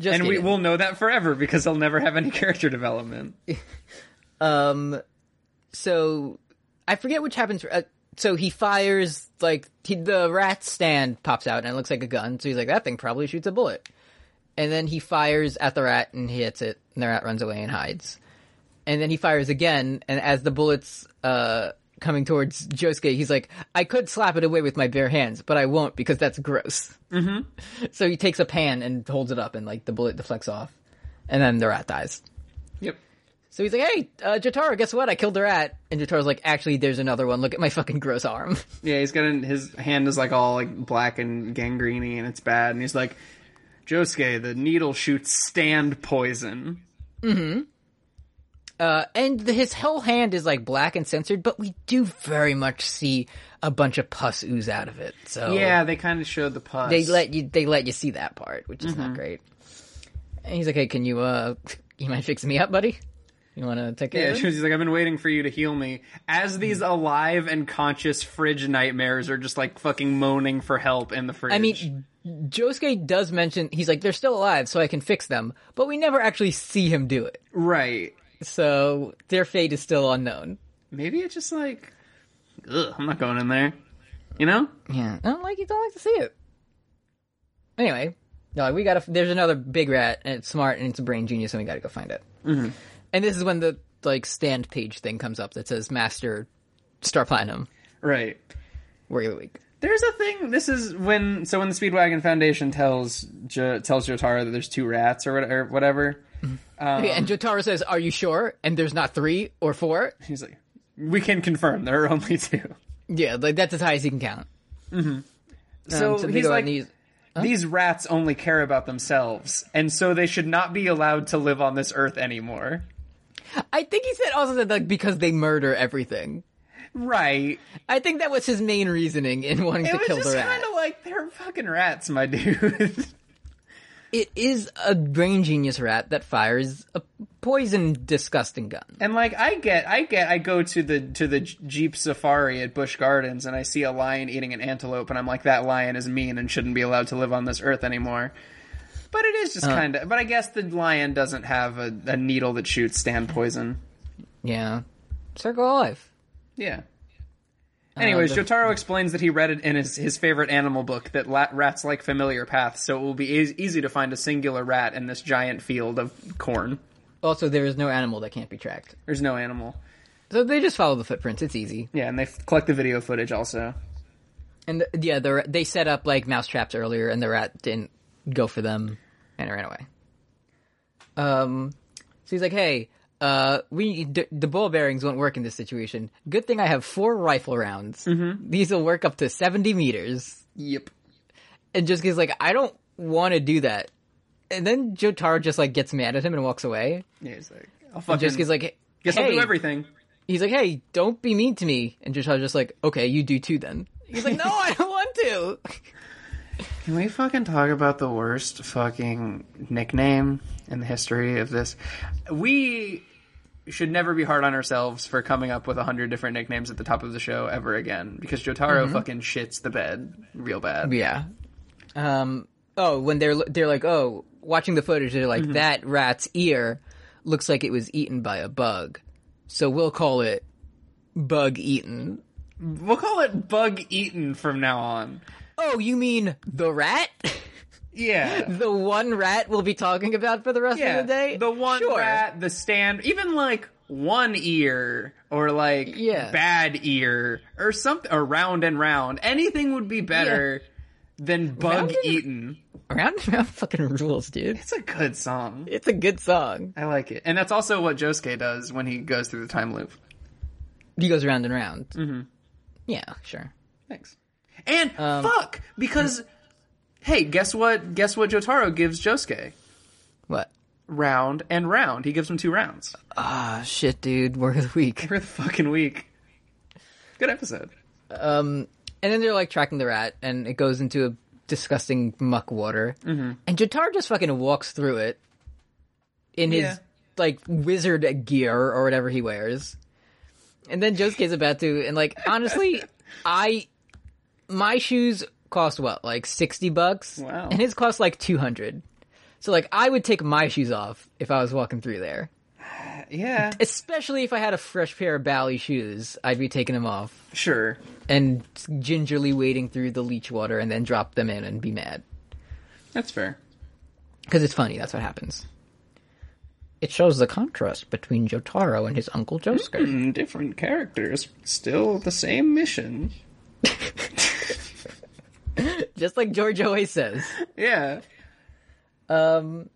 Speaker 1: Just
Speaker 2: and we
Speaker 1: kidding.
Speaker 2: will know that forever because they'll never have any character development.
Speaker 1: Um, so I forget which happens. Uh, so he fires like he, the rat stand pops out and it looks like a gun. So he's like, that thing probably shoots a bullet. And then he fires at the rat and hits it, and the rat runs away and hides. And then he fires again, and as the bullets uh coming towards Josuke, he's like, I could slap it away with my bare hands, but I won't because that's gross. Mm-hmm. So he takes a pan and holds it up, and like the bullet deflects off, and then the rat dies.
Speaker 2: Yep.
Speaker 1: So he's like, "Hey, uh, Jotaro, guess what? I killed the rat." And Jotaro's like, "Actually, there's another one. Look at my fucking gross arm."
Speaker 2: Yeah, he's got an, his hand is like all like black and gangrene, and it's bad. And he's like, Josuke, the needle shoots stand poison.
Speaker 1: Uh, and the, his whole hand is like black and censored, but we do very much see a bunch of pus ooze out of it. So
Speaker 2: Yeah, they kind of showed the pus.
Speaker 1: Oh. they let you they let you see that part, which is
Speaker 2: Mm-hmm.
Speaker 1: not great. And he's like, "Hey, can you uh, you mind fixing me up, buddy? You want to take care
Speaker 2: Yeah,
Speaker 1: of it?"
Speaker 2: he's like, I've been waiting for you to heal me.
Speaker 1: Hmm.
Speaker 2: As these alive and conscious fridge nightmares are just like fucking moaning for help in the fridge.
Speaker 1: I mean, Josuke does mention he's like, "They're still alive, so I can fix them," but we never actually see him do it.
Speaker 2: right?
Speaker 1: So their fate is still unknown.
Speaker 2: Maybe it's just like, ugh, I'm not going in there. You know?
Speaker 1: Yeah, I don't like you. Don't like to see it. Anyway, no, we gotta. There's another big rat, and it's smart, and it's a brain genius, and we gotta go find it. Mm-hmm. And this is when the like stand page thing comes up that says Master Star Platinum.
Speaker 2: Right.
Speaker 1: Warrior of the Week.
Speaker 2: There's a thing. This is when so when the Speedwagon Foundation tells jo- tells Jotaro that there's two rats or what- or whatever. Um.
Speaker 1: Okay, and Jotaro says, "Are you sure?" And there's not three or four.
Speaker 2: He's like, we can confirm there are only two.
Speaker 1: Yeah, like that's as high as he can count.
Speaker 2: So,
Speaker 1: Um, they
Speaker 2: he's
Speaker 1: go out
Speaker 2: like,
Speaker 1: and he's-
Speaker 2: these rats only care about themselves, and so they should not be allowed to live on this earth anymore.
Speaker 1: I think he said also that like because they murder everything.
Speaker 2: Right.
Speaker 1: I think that was his main reasoning in wanting
Speaker 2: It
Speaker 1: to
Speaker 2: was
Speaker 1: kill
Speaker 2: just
Speaker 1: the rat.
Speaker 2: kind of like they're fucking rats, my dude.
Speaker 1: It is a brain genius rat that fires a poison disgusting gun.
Speaker 2: and like I get, I get, I go to the to the Jeep Safari at Busch Gardens, and I see a lion eating an antelope, and I'm like, that lion is mean and shouldn't be allowed to live on this earth anymore. But it is just kind of. But I guess the lion doesn't have a, a needle that shoots stand poison.
Speaker 1: Yeah. Circle of life.
Speaker 2: Yeah. Anyways,
Speaker 1: the-
Speaker 2: Jotaro explains that he read it in his, his favorite animal book that la- rats like familiar paths, so it will be eas easy to find a singular rat in this giant field of corn.
Speaker 1: Also, there is no animal that can't be tracked.
Speaker 2: There's no animal.
Speaker 1: So they just follow the footprints. It's easy.
Speaker 2: Yeah, and they f- collect the video footage also.
Speaker 1: And the, yeah, the, ra- they set up like mouse traps earlier and the rat didn't go for them and it ran away. Um, so he's like, hey, uh, we, d- the ball bearings won't work in this situation. Good thing I have four rifle rounds. Mm-hmm. These will work up to 70 meters.
Speaker 2: Yep.
Speaker 1: and just gets like, I don't want to do that. And then Jotaro just like gets mad at him and walks away.
Speaker 2: Yeah, he's like, I'll fucking.
Speaker 1: Just gets like,
Speaker 2: guess I'll
Speaker 1: hey,
Speaker 2: do everything.
Speaker 1: he's like, hey, don't be mean to me. And Jotaro's just like, okay, you do too then. He's like, no, I don't want to.
Speaker 2: Can we fucking talk about the worst fucking nickname in the history of this? We should never be hard on ourselves for coming up with a hundred different nicknames at the top of the show ever again because Jotaro fucking shits the bed real bad.
Speaker 1: Yeah. Um. Oh, when they're they're like, oh, watching the footage, they're like,
Speaker 2: Mm-hmm.
Speaker 1: that rat's ear looks like it was eaten by a bug, so we'll call it bug eaten.
Speaker 2: We'll call it Bug Eaton from now on.
Speaker 1: Oh, you mean the rat?
Speaker 2: Yeah.
Speaker 1: the one rat we'll be talking about for the rest
Speaker 2: Yeah.
Speaker 1: of the day?
Speaker 2: The one
Speaker 1: Sure.
Speaker 2: rat, the stand, even like one ear or like
Speaker 1: Yeah.
Speaker 2: bad ear or something or round and round. Anything would be better than Bug
Speaker 1: Round and-
Speaker 2: Eaton.
Speaker 1: Round and Round fucking rules, dude.
Speaker 2: It's a good song.
Speaker 1: It's a good song.
Speaker 2: I like it. And that's also what Josuke does when he goes through the time loop.
Speaker 1: He goes round and round. Mm-hmm. Yeah, sure.
Speaker 2: Thanks. Um, And fuck, because hey, guess what? Guess what? Jotaro gives Josuke
Speaker 1: What?
Speaker 2: round and round. He gives him two rounds
Speaker 1: Ah, shit, dude. Word of the week.
Speaker 2: for the fucking week. Good episode.
Speaker 1: Um, and then they're like tracking the rat, and it goes into a disgusting muck water. Mm-hmm. And Jotaro just fucking walks through it in his
Speaker 2: Yeah.
Speaker 1: like wizard gear or whatever he wears. And then Josuke's about to, and like honestly, I my shoes cost what like sixty bucks,
Speaker 2: Wow.
Speaker 1: and his cost like two hundred. So like I would take my shoes off if I was walking through there,
Speaker 2: Yeah,
Speaker 1: especially if I had a fresh pair of Bally shoes. I'd be taking them off
Speaker 2: sure.
Speaker 1: and gingerly wading through the leech water and then drop them in and be mad.
Speaker 2: That's fair.
Speaker 1: Because it's funny, that's what happens. It shows the contrast between Jotaro and his uncle Josuke.
Speaker 2: Mm, Different characters, still the same mission.
Speaker 1: Just like George always says.
Speaker 2: Yeah.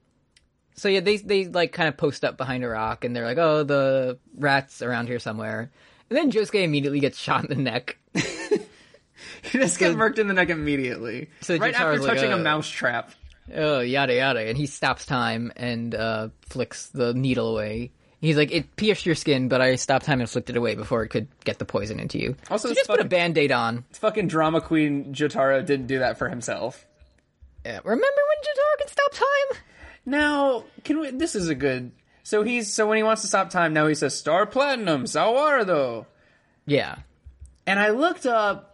Speaker 1: So yeah, they they like kind of post up behind a rock and they're like, "Oh, the rat's around here somewhere." And then Josuke immediately gets shot in the neck.
Speaker 2: He just get murked in the neck immediately.
Speaker 1: So
Speaker 2: right
Speaker 1: Jotaro's
Speaker 2: after
Speaker 1: like,
Speaker 2: touching a
Speaker 1: uh,
Speaker 2: mouse trap.
Speaker 1: oh, yada yada, and he stops time and uh, flicks the needle away. He's like, "It pierced your skin, but I stopped time and flicked it away before it could get the poison into you." so
Speaker 2: Also, this
Speaker 1: just put a
Speaker 2: fucking-
Speaker 1: band-aid on.
Speaker 2: Fucking drama queen Jotaro didn't do that for himself.
Speaker 1: Yeah, remember when Jotaro can stop time?
Speaker 2: Now, can we? This is a good. So he's so when he wants to stop time, now he says Star Platinum Sawardo,
Speaker 1: Yeah.
Speaker 2: and I looked up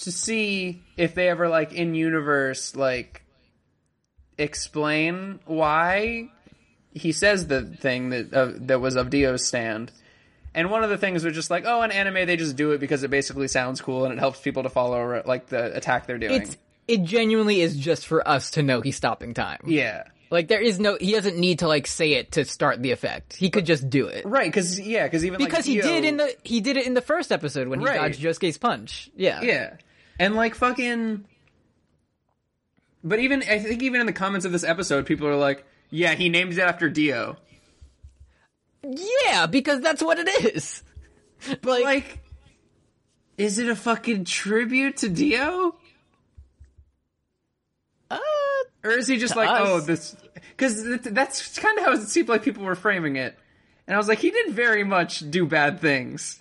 Speaker 2: to see if they ever like in universe like explain why he says the thing that uh, that was of Dio's stand. And one of the things was just like, oh, in anime they just do it because it basically sounds cool and it helps people to follow like the attack they're doing.
Speaker 1: It's it genuinely is just for us to know he's stopping time.
Speaker 2: yeah.
Speaker 1: Like there is no he doesn't need to like say it to start the effect. He could just do it.
Speaker 2: Right, because yeah, because even like,
Speaker 1: Because he
Speaker 2: Dio-
Speaker 1: did in the he did it in the first episode when he
Speaker 2: Right.
Speaker 1: dodged Josuke's punch. Yeah.
Speaker 2: Yeah. And like fucking But even I think even in the comments of this episode people are like, "Yeah, he named it after Dio."
Speaker 1: Yeah, because that's what it is. like,
Speaker 2: Like is it a fucking tribute to Dio?
Speaker 1: uh,
Speaker 2: Or is he just like,
Speaker 1: us.
Speaker 2: "Oh, this cuz that's kind of how it seemed like people were framing it." And I was like, "He didn't very much do bad things."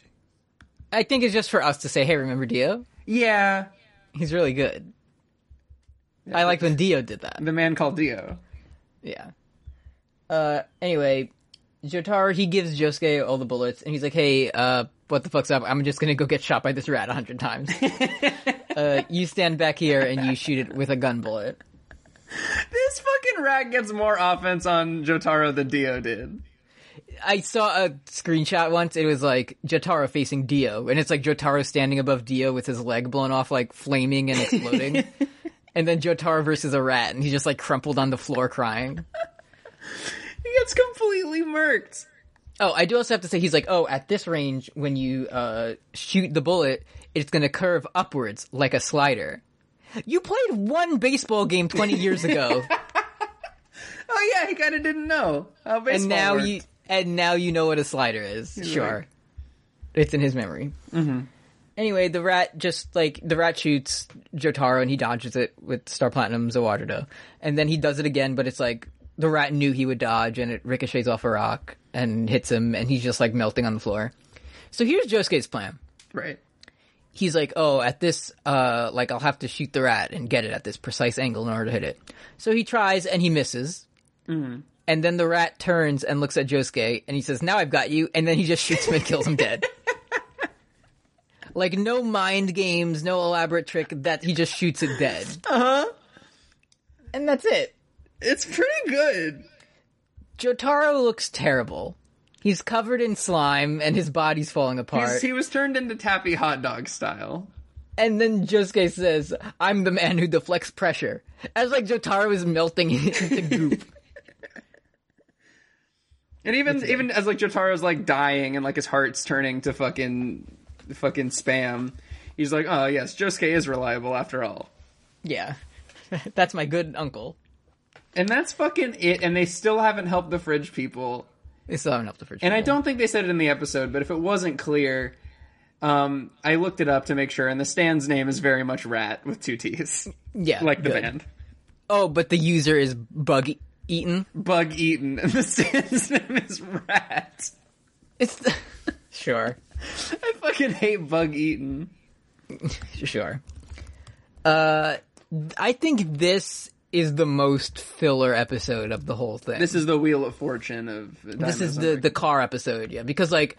Speaker 1: I think it's just for us to say, "Hey, remember Dio?
Speaker 2: Yeah,
Speaker 1: He's really good." I liked when Dio did that.
Speaker 2: the man called Dio.
Speaker 1: Yeah. Uh, anyway, Jotaro, he gives Josuke all the bullets, and he's like, hey, uh, what the fuck's up? I'm just gonna go get shot by this rat a hundred times. uh, you stand back here and you shoot it with a gun bullet.
Speaker 2: This fucking rat gets more offense on Jotaro than Dio did.
Speaker 1: I saw a screenshot once, it was like Jotaro facing Dio, and it's like Jotaro standing above Dio with his leg blown off, like flaming and exploding. and then Jotaro versus a rat, and he's just like crumpled on the floor crying.
Speaker 2: He gets completely murked.
Speaker 1: Oh, I do also have to say he's like, oh, at this range, when you uh, shoot the bullet, it's going to curve upwards like a slider. You played one baseball game 20 years ago,
Speaker 2: Oh yeah, he kind of didn't know how baseball
Speaker 1: and now
Speaker 2: worked.
Speaker 1: you and now you know what a slider is. sure,
Speaker 2: right.
Speaker 1: it's in his memory. Mm-hmm. Anyway, the rat just like the rat shoots Jotaro, and he dodges it with Star Platinum's Awaterdo, and then he does it again, but it's like the rat knew he would dodge, and it ricochets off a rock and hits him, and he's just like melting on the floor. So here's Josuke's plan.
Speaker 2: right.
Speaker 1: he's like, oh, at this, uh, like I'll have to shoot the rat and get it at this precise angle in order to hit it. So he tries and he misses. And then the rat turns and looks at Josuke and he says, now I've got you. And then he just shoots him and kills him dead. Like no mind games, no elaborate trick that he just shoots it dead. Uh huh. And that's it.
Speaker 2: Uh-huh. It's pretty good.
Speaker 1: Jotaro looks terrible. He's covered in slime and his body's falling apart.
Speaker 2: He's, he was turned into Tappy hot dog style.
Speaker 1: And then Josuke says, I'm the man who deflects pressure. As like Jotaro is melting into goop.
Speaker 2: And even even as like Jotaro's like dying and like his heart's turning to fucking fucking spam, he's like, "Oh yes, Josuke is reliable after all."
Speaker 1: yeah. That's my good uncle.
Speaker 2: And that's fucking it. And they still haven't helped the fridge people.
Speaker 1: They still haven't helped the fridge.
Speaker 2: And I
Speaker 1: people.
Speaker 2: don't think they said it in the episode, but if it wasn't clear, um, I looked it up to make sure. And the stand's name is very much Rat with two T's,
Speaker 1: Yeah,
Speaker 2: like the
Speaker 1: good.
Speaker 2: band.
Speaker 1: Oh, but the user is bug E-, eaten.
Speaker 2: Bug Eaton. And the stand's name is Rat.
Speaker 1: It's sure,
Speaker 2: I fucking hate Bug Eaton.
Speaker 1: sure. Uh, I think this is the most filler episode of the whole thing.
Speaker 2: This is the Wheel of Fortune of.
Speaker 1: this is the the car episode, yeah. Because like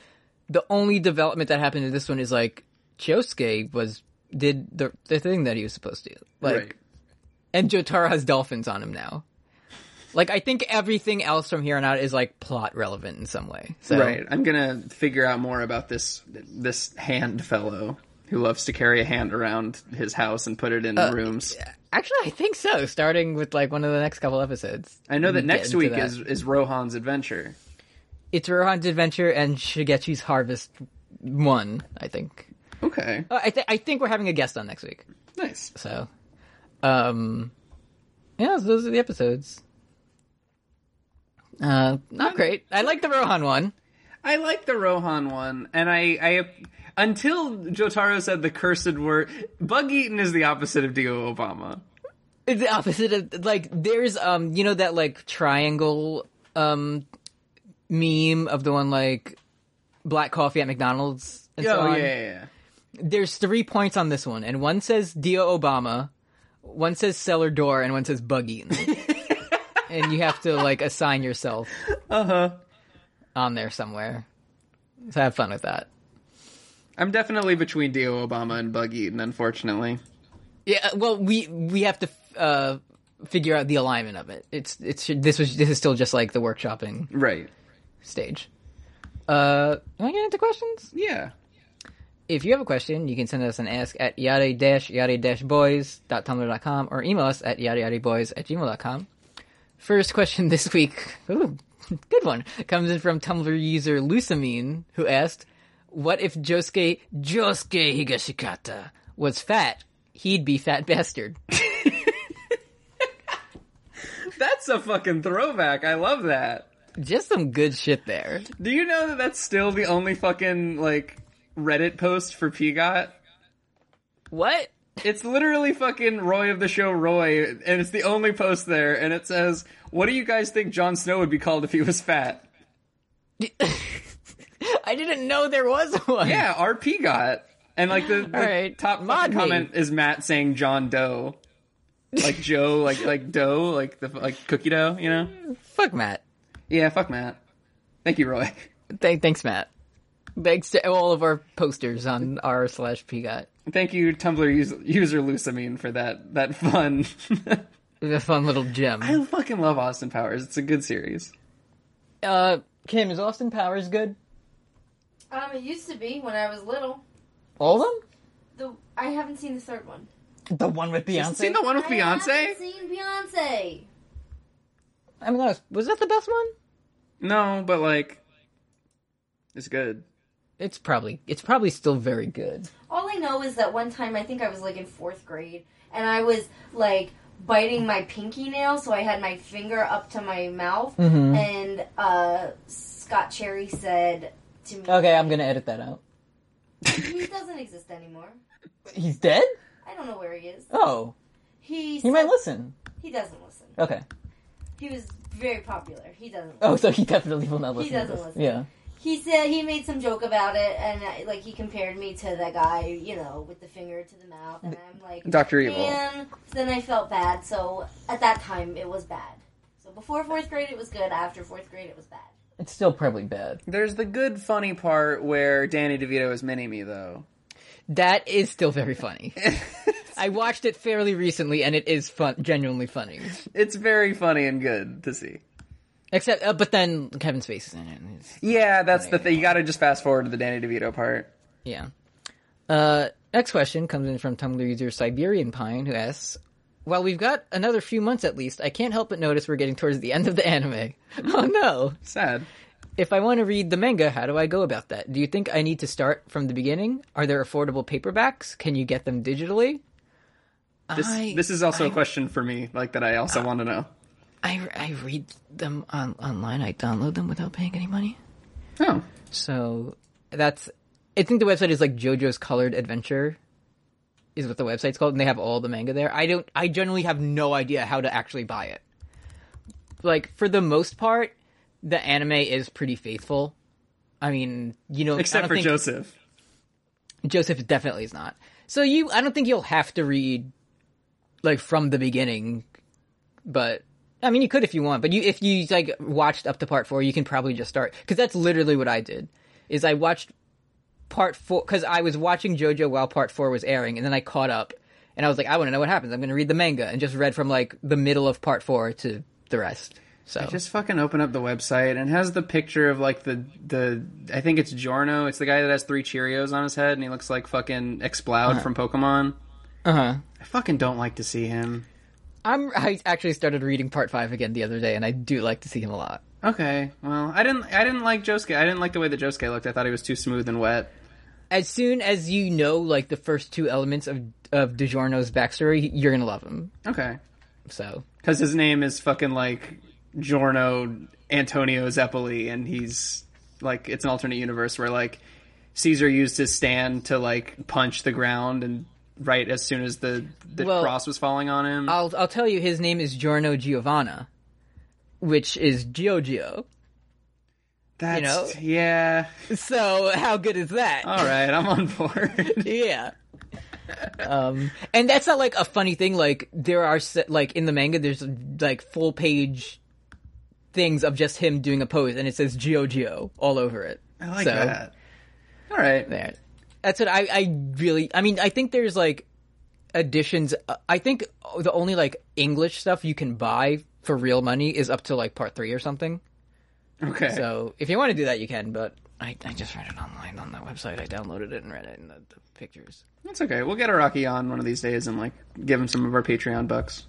Speaker 1: the only development that happened in this one is like Chosuke was did the the thing that he was supposed to. Like
Speaker 2: Right.
Speaker 1: and Jotaro has dolphins on him now. Like I think everything else from here on out is like plot relevant in some way. So
Speaker 2: Right. I'm gonna figure out more about this this hand fellow who loves to carry a hand around his house and put it in
Speaker 1: Uh,
Speaker 2: rooms.
Speaker 1: actually I think so, starting with like one of the next couple episodes.
Speaker 2: I know that
Speaker 1: get
Speaker 2: next
Speaker 1: into
Speaker 2: week
Speaker 1: that.
Speaker 2: is is Rohan's adventure.
Speaker 1: It's Rohan's Adventure and Shigechi's Harvest one, I think.
Speaker 2: Okay.
Speaker 1: Uh, I, th- I think we're having a guest on next week.
Speaker 2: Nice.
Speaker 1: So, um, yeah, so those are the episodes. Uh, not great. I like the Rohan one.
Speaker 2: I like the Rohan one, and I, I until Jotaro said the cursed word. Bug Eaton is the opposite of Dio Obama.
Speaker 1: It's the opposite of like there's um you know that like triangle um meme of the one like black coffee at McDonald's. And so
Speaker 2: oh yeah,
Speaker 1: on?
Speaker 2: yeah, yeah.
Speaker 1: There's three points on this one, and one says Dio Obama, one says cellar door, and one says bug eaten. and you have to like assign yourself
Speaker 2: Uh huh.
Speaker 1: on there somewhere. So have fun with that.
Speaker 2: I'm definitely between Dio Obama and Bug Eaton, unfortunately.
Speaker 1: Yeah, well, we we have to uh, figure out the alignment of it. It's it's this was this is still just like the workshopping
Speaker 2: Right.
Speaker 1: stage. Uh, am I getting into questions?
Speaker 2: Yeah.
Speaker 1: If you have a question, you can send us an ask at yada dash yada dash boys dot com or email us at yada yada boys at gmail dot com. First question this week, ooh, good one, comes in from Tumblr user Lusamine, who asked, "What if Josuke Josuke Higashikata was fat? He'd be fat bastard."
Speaker 2: That's a fucking throwback. I love that.
Speaker 1: Just some good shit there.
Speaker 2: Do you know that that's still the only fucking like Reddit post for Pgot?
Speaker 1: What?
Speaker 2: It's literally fucking Roy of the show Roy, and it's the only post there, and it says, "What do you guys think Jon Snow would be called if he was fat?"
Speaker 1: I didn't know there was one.
Speaker 2: Yeah, our Pgot, and like the, the
Speaker 1: right.
Speaker 2: top
Speaker 1: Mod
Speaker 2: fucking
Speaker 1: me.
Speaker 2: comment is Matt saying John Doe, like Joe, like like dough, like the like cookie dough, you know?
Speaker 1: Fuck Matt.
Speaker 2: Yeah, fuck Matt. Thank you, Roy.
Speaker 1: Th- thanks, Matt. Thanks to all of our posters on r slash pgot.
Speaker 2: Thank you, Tumblr user, user Lusamine, for that that fun.
Speaker 1: The fun little gem.
Speaker 2: I fucking love Austin Powers. It's a good series.
Speaker 1: Uh, Kim, is Austin Powers good?
Speaker 3: Um, it used to be when I was little.
Speaker 1: All of
Speaker 3: The I haven't seen the third one.
Speaker 1: them? The one with Beyonce.
Speaker 2: Seen the one with
Speaker 3: I
Speaker 2: Beyonce?
Speaker 3: haven't seen Beyonce.
Speaker 1: I mean, that was, was that the best one?
Speaker 2: No, but like, it's good.
Speaker 1: It's probably it's probably still very good.
Speaker 3: All I know is that one time I think I was like in fourth grade and I was like biting my pinky nail, so I had my finger up to my mouth,
Speaker 1: Mm-hmm.
Speaker 3: and uh, Scott Cherry said to me,
Speaker 1: Okay, I'm gonna edit that out.
Speaker 3: "He doesn't exist anymore.
Speaker 1: He's dead?
Speaker 3: I don't know where he is.
Speaker 1: Oh,
Speaker 3: He
Speaker 1: he
Speaker 3: said-
Speaker 1: might listen.
Speaker 3: He doesn't listen.
Speaker 1: Okay.
Speaker 3: He was very popular. He doesn't.
Speaker 1: Oh, so he definitely will not listen. to
Speaker 3: doesn't
Speaker 1: this.
Speaker 3: listen.
Speaker 1: Yeah.
Speaker 3: He said he made some joke about it, and I, like he compared me to that guy, you know, with the finger to the mouth, and I'm like,
Speaker 2: Doctor Evil.
Speaker 3: man. Then I felt bad. So at that time, it was bad. So before fourth grade, it was good. After fourth grade, it was bad.
Speaker 1: It's still probably bad.
Speaker 2: There's the good funny part where Danny DeVito is mini me though.
Speaker 1: That is still very funny. I watched it fairly recently, and it is fun, genuinely funny.
Speaker 2: It's very funny and good to see.
Speaker 1: Except, uh, but then Kevin Spacey's in it. and it's-
Speaker 2: Yeah, that's the thing. You got to just fast forward to the Danny DeVito part.
Speaker 1: Yeah. Uh, next question comes in from Tumblr user Siberian Pine, who asks, "While we've got another few months at least, I can't help but notice we're getting towards the end of the anime. Oh no!
Speaker 2: Sad.
Speaker 1: If I want to read the manga, how do I go about that? Do you think I need to start from the beginning? Are there affordable paperbacks? Can you get them digitally?
Speaker 2: This
Speaker 1: I-
Speaker 2: this is also a
Speaker 1: I- Uh,
Speaker 2: question for me, like that I also want to know.
Speaker 1: I, I read them on online. I download them without paying any money.
Speaker 2: Oh,
Speaker 1: So that's. I think the website is like JoJo's Colored Adventure, is what the website's called, and they have all the manga there. I don't. I generally have no idea how to actually buy it. Like for the most part, the anime is pretty faithful. I mean, you know, I
Speaker 2: except
Speaker 1: don't
Speaker 2: for
Speaker 1: think-
Speaker 2: Joseph.
Speaker 1: Joseph definitely is not. So you, I don't think you'll have to read like from the beginning, but I mean, you could if you want. But you, if you like watched up to part four, you can probably just start because that's literally what I did. Is I watched part four because I was watching JoJo while part four was airing, and then I caught up and I was like, I want to know what happens. I'm going to read the manga and just read from like the middle of part four to the rest. So
Speaker 2: Just fucking open up the website and it has the picture of like the the I think it's Jorno. It's the guy that has three Cheerios on his head and he looks like fucking Exploud from Pokemon.
Speaker 1: uh huh.
Speaker 2: I fucking don't like to see him.
Speaker 1: I'm I actually started reading part five again the other day, and I do like to see him a lot.
Speaker 2: Okay, well, I didn't I didn't like Josuke. I didn't like the way that Josuke looked. I thought he was too smooth and wet.
Speaker 1: as soon as you know like the first two elements of of DiGiorno's backstory, you're gonna love him.
Speaker 2: Okay,
Speaker 1: So
Speaker 2: because his name is fucking like Giorno Antonio Zeppoli, and he's like it's an alternate universe where like Caesar used his stand to like punch the ground and right as soon as the the
Speaker 1: Well,
Speaker 2: cross was falling on him.
Speaker 1: I'll I'll tell you his name is Giorno Giovanna, which is Giorgio.
Speaker 2: That's
Speaker 1: know?
Speaker 2: yeah.
Speaker 1: So how good is that?
Speaker 2: All right, I'm on board.
Speaker 1: yeah. um, and that's not like a funny thing. Like there are se- like in the manga, there's like full page things of just him doing a pose, and it says Giorgio all over it.
Speaker 2: I like
Speaker 1: So,
Speaker 2: that. All right.
Speaker 1: there. That's what I, I really, I mean, I think there's like additions. uh, I think the only like English stuff you can buy for real money is up to like part three or something.
Speaker 2: Okay.
Speaker 1: So if you want to do that, you can, but I, I just read it online on that website. I downloaded it and read it in the, the pictures.
Speaker 2: That's okay. We'll get Araki on one of these days and like give him some of our Patreon bucks.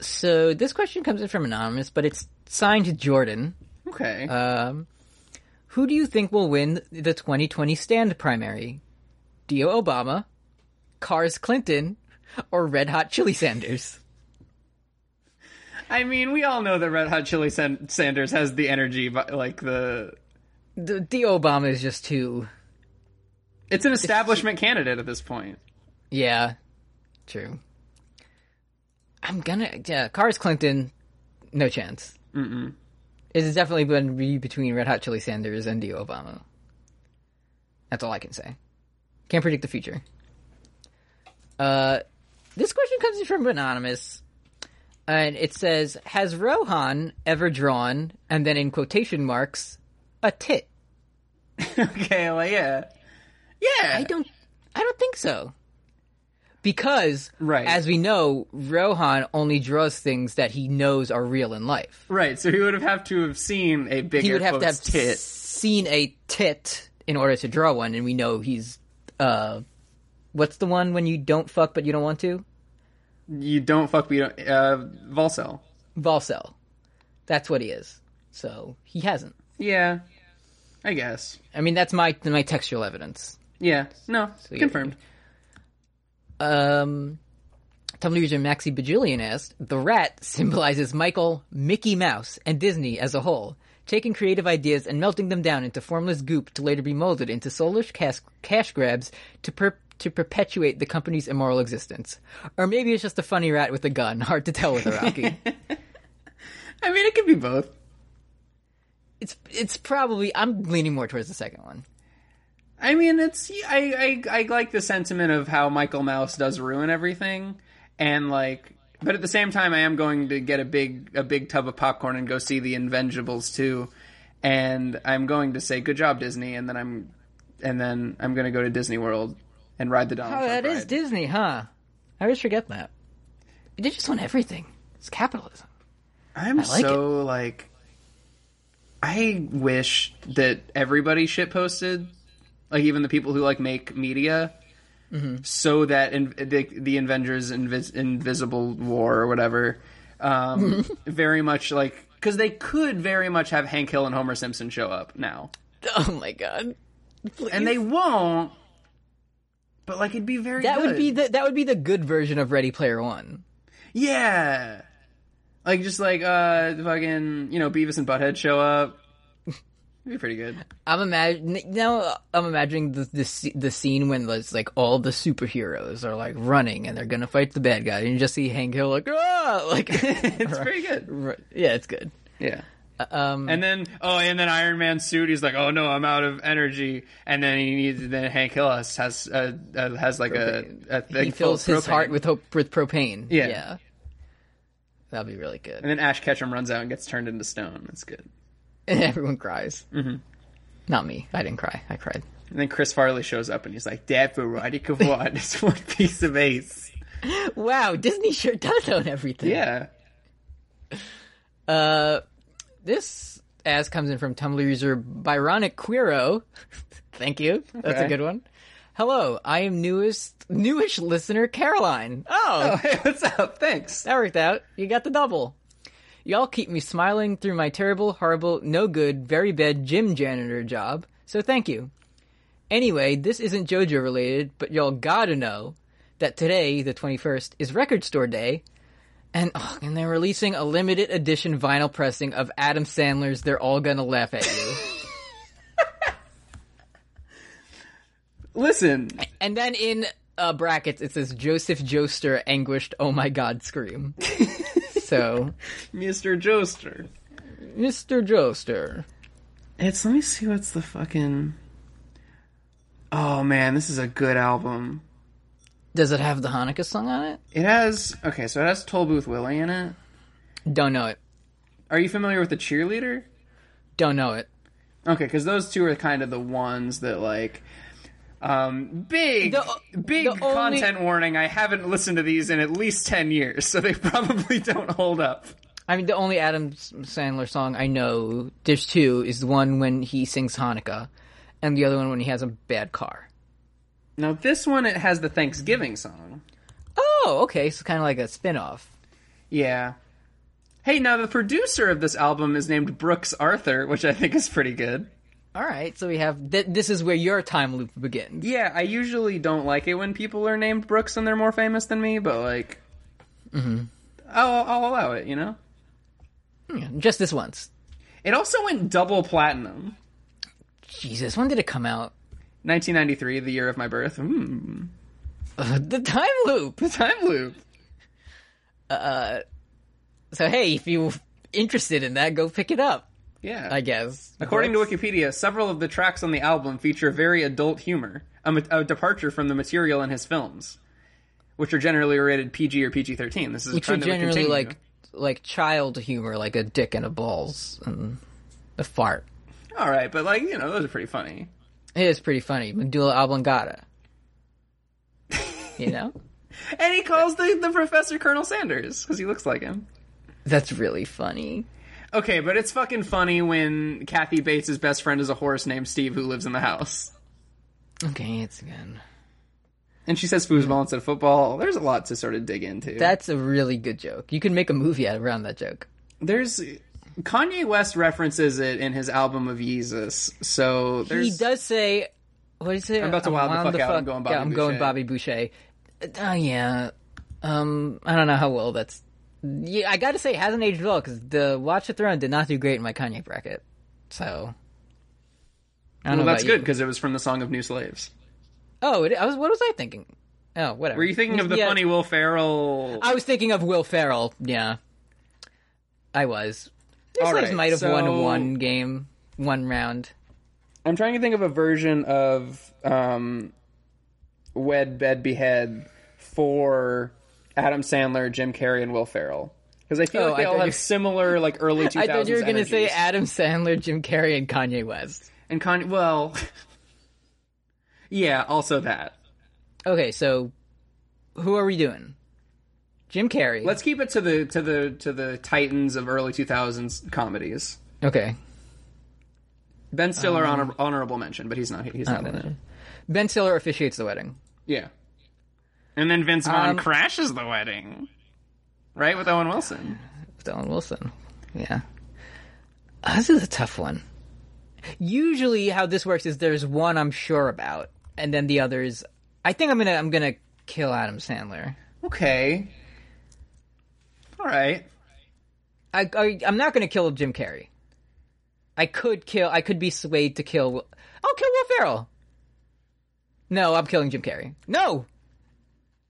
Speaker 1: So this question comes in from Anonymous, but it's signed Jordan.
Speaker 2: Okay.
Speaker 1: Um, who do you think will win the 2020 stand primary? Dio Obama, Cars Clinton, or Red Hot Chili Sanders?
Speaker 2: I mean, we all know that Red Hot Chili San- Sanders has the energy, but like the
Speaker 1: D- Dio Obama is just too.
Speaker 2: it's an establishment candidate at this point.
Speaker 1: Yeah, true. I'm gonna yeah. Cars Clinton, no chance. Mm-mm. It has definitely been be between Red Hot Chili Sanders and Dio Obama. That's all I can say. Can't predict the future. Uh, this question comes in from anonymous, and it says, "Has Rohan ever drawn?" And then in quotation marks, a tit.
Speaker 2: okay, like yeah, yeah.
Speaker 1: I don't I don't think so. Because
Speaker 2: Right.
Speaker 1: as we know, Rohan only draws things that he knows are real in life.
Speaker 2: Right, so he would have had to have seen a bigger
Speaker 1: He would have to have
Speaker 2: quotes tit.
Speaker 1: seen a tit in order to draw one and we know he's uh what's the one when you don't fuck but you don't want to?
Speaker 2: You don't fuck. We don't. Uh, Volcel.
Speaker 1: Volcel. That's what he is. So he hasn't.
Speaker 2: Yeah, I guess.
Speaker 1: I mean that's my my textual evidence.
Speaker 2: Yeah. No.
Speaker 1: you're-
Speaker 2: confirmed.
Speaker 1: Um, Tumblr user Maxi Bajillion asked, "The rat symbolizes Michael, Mickey Mouse, and Disney as a whole, taking creative ideas and melting them down into formless goop to later be molded into soulless cash, cash grabs to per- to perpetuate the company's immoral existence. Or maybe it's just a funny rat with a gun. Hard to tell with Iraqi.
Speaker 2: I mean, it could be both.
Speaker 1: it's it's probably I'm leaning more towards the second one.
Speaker 2: I mean, it's I, I I like the sentiment of how Michael Mouse does ruin everything, and like, but at the same time, I am going to get a big a big tub of popcorn and go see the Invengibles too, and I'm going to say good job Disney, and then I'm and then I'm going to go to Disney World and ride the Donald
Speaker 1: Oh,
Speaker 2: Trump
Speaker 1: that is
Speaker 2: ride.
Speaker 1: Disney, huh? I always forget that. They just want everything. It's capitalism.
Speaker 2: I'm
Speaker 1: like
Speaker 2: so like, I wish that everybody shit posted, like even the people who like make media,
Speaker 1: Mm-hmm.
Speaker 2: so that in, the the Avengers Invis- Invisible War or whatever, um, very much like because they could very much have Hank Hill and Homer Simpson show up now,
Speaker 1: Oh my god.
Speaker 2: and they won't. But like it'd be very
Speaker 1: That would
Speaker 2: good.
Speaker 1: be the that would be the good version of Ready Player One.
Speaker 2: Yeah. Like just like uh fucking you know, Beavis and Butthead show up. It'd be pretty good.
Speaker 1: I'm imagining now. uh, I'm imagining the the, sce- the scene when it's like all the superheroes are like running and they're gonna fight the bad guy, and you just see Hank Hill like ah, like
Speaker 2: It's pretty good.
Speaker 1: Right. yeah, it's good.
Speaker 2: Yeah.
Speaker 1: Um,
Speaker 2: And then oh, and then Iron Man suit. He's like, oh no, I'm out of energy. And then he needs. Then Hank Hill has has, uh, uh, has like a, a thing
Speaker 1: he
Speaker 2: full of
Speaker 1: fills his
Speaker 2: propane.
Speaker 1: heart with hope with propane.
Speaker 2: Yeah.
Speaker 1: that'd be really good.
Speaker 2: And then Ash Ketchum runs out and gets turned into stone. That's good.
Speaker 1: And everyone cries. Mm-hmm. Not me. I didn't cry. I cried.
Speaker 2: And then Chris Farley shows up and he's like, Dad, Veronica Kavod is one piece of ace.
Speaker 1: Wow, Disney sure does own everything.
Speaker 2: Yeah.
Speaker 1: Uh, this as comes in from Tumblr user Byronic Quiro. Thank you. That's a
Speaker 2: Okay.
Speaker 1: good one. Hello, I am newest newish listener Caroline. Oh,
Speaker 2: Oh, hey, what's up? Thanks.
Speaker 1: that worked out. You got the double. Y'all keep me smiling through my terrible, horrible, no good, very bad gym janitor job. So thank you. Anyway, this isn't JoJo related, but y'all gotta know that today, the 21st, is Record Store Day, and oh, and they're releasing a limited edition vinyl pressing of Adam Sandler's "They're All Gonna Laugh at You,"
Speaker 2: Listen,
Speaker 1: and then in uh, brackets it says Joseph Joester anguished, "Oh my God!" scream. so,
Speaker 2: Mr. Joester.
Speaker 1: Mr. Joester.
Speaker 2: It's let me see what's the fucking Oh man, this is a good album.
Speaker 1: Does it have the Hanukkah song on it?
Speaker 2: It has okay, so it has Tollbooth Willie in it.
Speaker 1: Don't know it.
Speaker 2: Are you familiar with the cheerleader?
Speaker 1: Don't know it.
Speaker 2: Okay, because those two are kind of the ones that like um big
Speaker 1: The-
Speaker 2: big
Speaker 1: the only-
Speaker 2: content warning i haven't listened to these in at least 10 years so they probably don't hold up
Speaker 1: I mean, the only Adam Sandler song I know, there's two, is the one when he sings Hanukkah, and the other one when he has a bad car.
Speaker 2: now this one it has the thanksgiving song
Speaker 1: Oh, okay, so kind of like a spin off.
Speaker 2: yeah hey now the producer of this album is named brooks arthur which i think is pretty good
Speaker 1: All right, so we have th- this is where your time loop begins.
Speaker 2: Yeah, I usually don't like it when people are named Brooks and they're more famous than me, but like,
Speaker 1: Mm-hmm.
Speaker 2: I'll, I'll allow it. You know. Hmm.
Speaker 1: Just this once.
Speaker 2: It also went double platinum.
Speaker 1: Jesus, when did it come out?
Speaker 2: 1993, the year of my birth. Mm,
Speaker 1: Uh, the time loop.
Speaker 2: the time loop.
Speaker 1: So hey, if you interested in that, go pick it up.
Speaker 2: Yeah.
Speaker 1: I guess.
Speaker 2: According to Wikipedia, several of the tracks on the album feature very adult humor, a, ma- a departure from the material in his films, which are generally rated PG or PG-13. This is
Speaker 1: which are
Speaker 2: kind of a
Speaker 1: generally
Speaker 2: continue.
Speaker 1: like like child humor, like a dick and a balls and a fart.
Speaker 2: all right, but like you know, those are pretty funny.
Speaker 1: It is pretty funny. Medulla oblongata. you know?
Speaker 2: And he calls the, the professor Colonel Sanders because he looks like him.
Speaker 1: That's really funny.
Speaker 2: Okay, but it's fucking funny when Kathy Bates' best friend is a horse named Steve who lives in the house.
Speaker 1: Okay, it's again.
Speaker 2: And she says foosball instead of football. There's a lot to sort of dig into.
Speaker 1: That's a really good joke. You can make a movie out around that joke.
Speaker 2: there's Kanye West references it in his album of Yeezus. So there's
Speaker 1: he does say, "What do you say?" I'm
Speaker 2: about to wild the fuck out. I'm going Bobby
Speaker 1: yeah, I'm going
Speaker 2: Boucher.
Speaker 1: Bobby Boucher. Oh yeah. Um, I don't know how well that's. Yeah, I got to say, it hasn't aged well because the Watch the Throne did not do great in my Kanye bracket. So. I don't
Speaker 2: well,
Speaker 1: know
Speaker 2: that's
Speaker 1: about you.
Speaker 2: good because it was from the song of New Slaves.
Speaker 1: Oh, it, I was. What was I thinking? Oh, whatever.
Speaker 2: Were you thinking of the funny Will Ferrell?
Speaker 1: I was thinking of Will Ferrell. Yeah, I was. New
Speaker 2: All
Speaker 1: Slaves
Speaker 2: right,
Speaker 1: might have
Speaker 2: so-
Speaker 1: won one game, one round.
Speaker 2: I'm trying to think of a version of um, Wed Bed Behead for Adam Sandler, Jim Carrey, and Will Ferrell. Because I feel
Speaker 1: Oh,
Speaker 2: like they
Speaker 1: I
Speaker 2: all
Speaker 1: thought
Speaker 2: have
Speaker 1: you-
Speaker 2: similar, like early 2000s.
Speaker 1: I thought you were going to say
Speaker 2: energies.
Speaker 1: Adam Sandler, Jim Carrey, and Kanye West.
Speaker 2: and Kanye. Well, yeah, also that.
Speaker 1: Okay, so who are we doing? Jim Carrey.
Speaker 2: Let's keep it to the to the to the titans of early 2000s comedies.
Speaker 1: okay.
Speaker 2: Ben Stiller honor- honorable mention, but he's not he's not in it.
Speaker 1: Ben Stiller officiates the wedding.
Speaker 2: Yeah. And then Vince Vaughn
Speaker 1: Um,
Speaker 2: crashes the wedding, right with Owen Wilson.
Speaker 1: Dylan Wilson. Yeah. Uh, This is a tough one. Usually, how this works is there's one I'm sure about, and then the others. I I think I'm gonna I'm gonna kill Adam Sandler.
Speaker 2: Okay. All right.
Speaker 1: I, I I'm not gonna kill Jim Carrey. I could kill. I could be swayed to kill. I'll kill Will Ferrell. No, I'm killing Jim Carrey. No,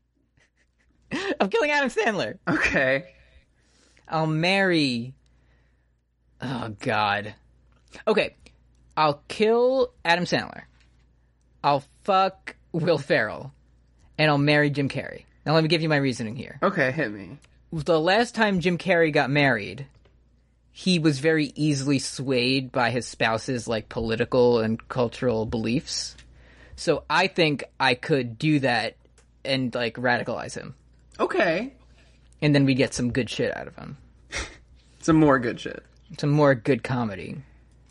Speaker 1: I'm killing Adam Sandler.
Speaker 2: Okay.
Speaker 1: I'll marry. Oh God. Okay, I'll kill Adam Sandler. I'll fuck Will Ferrell, and I'll marry Jim Carrey. Now let me give you my reasoning here.
Speaker 2: Okay, hit me.
Speaker 1: The last time Jim Carrey got married, he was very easily swayed by his spouse's like political and cultural beliefs. So I think I could do that and like radicalize him,
Speaker 2: Okay.
Speaker 1: and then we get some good shit out of him.
Speaker 2: Some more good shit.
Speaker 1: some more good comedy.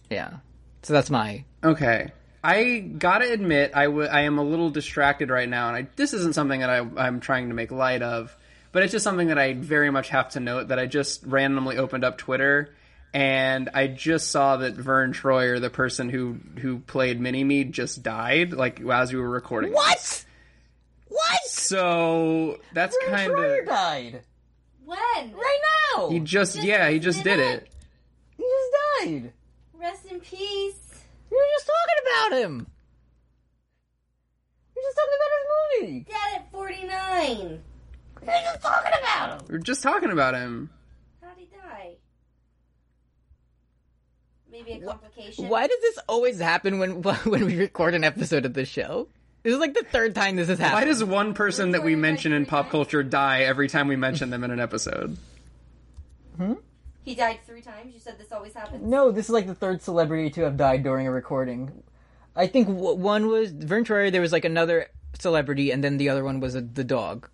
Speaker 1: Yeah. So that's my.
Speaker 2: Okay. I gotta admit, I wa- I am a little distracted right now, and I, this isn't something that I, I'm trying to make light of, but it's just something that I very much have to note that I just randomly opened up Twitter, and I just saw that Vern Troyer, the person who, who played Mini Me, just died, like, as we were recording.
Speaker 1: What? What?
Speaker 2: So, that's kind of.
Speaker 1: died
Speaker 3: When?
Speaker 1: right now.
Speaker 2: He just, yeah, he just did it.
Speaker 1: he just died.
Speaker 3: Rest in peace.
Speaker 1: We were just talking about him. We were just talking about his movie.
Speaker 3: Dad at 49.
Speaker 1: We were just talking about him.
Speaker 2: We were just talking about him.
Speaker 3: How'd he die? Maybe a complication.
Speaker 1: Why does this always happen when when we record an episode of the show? This is like the third time this has
Speaker 2: Why
Speaker 1: happened.
Speaker 2: does one person that we mention in pop culture die every time we mention them in an episode?
Speaker 3: He died three times. You said this always happens.
Speaker 1: No, this is like the third celebrity to have died during a recording. I think w- one was Vern Troyer, there was like another celebrity, and then the other one was a, the dog,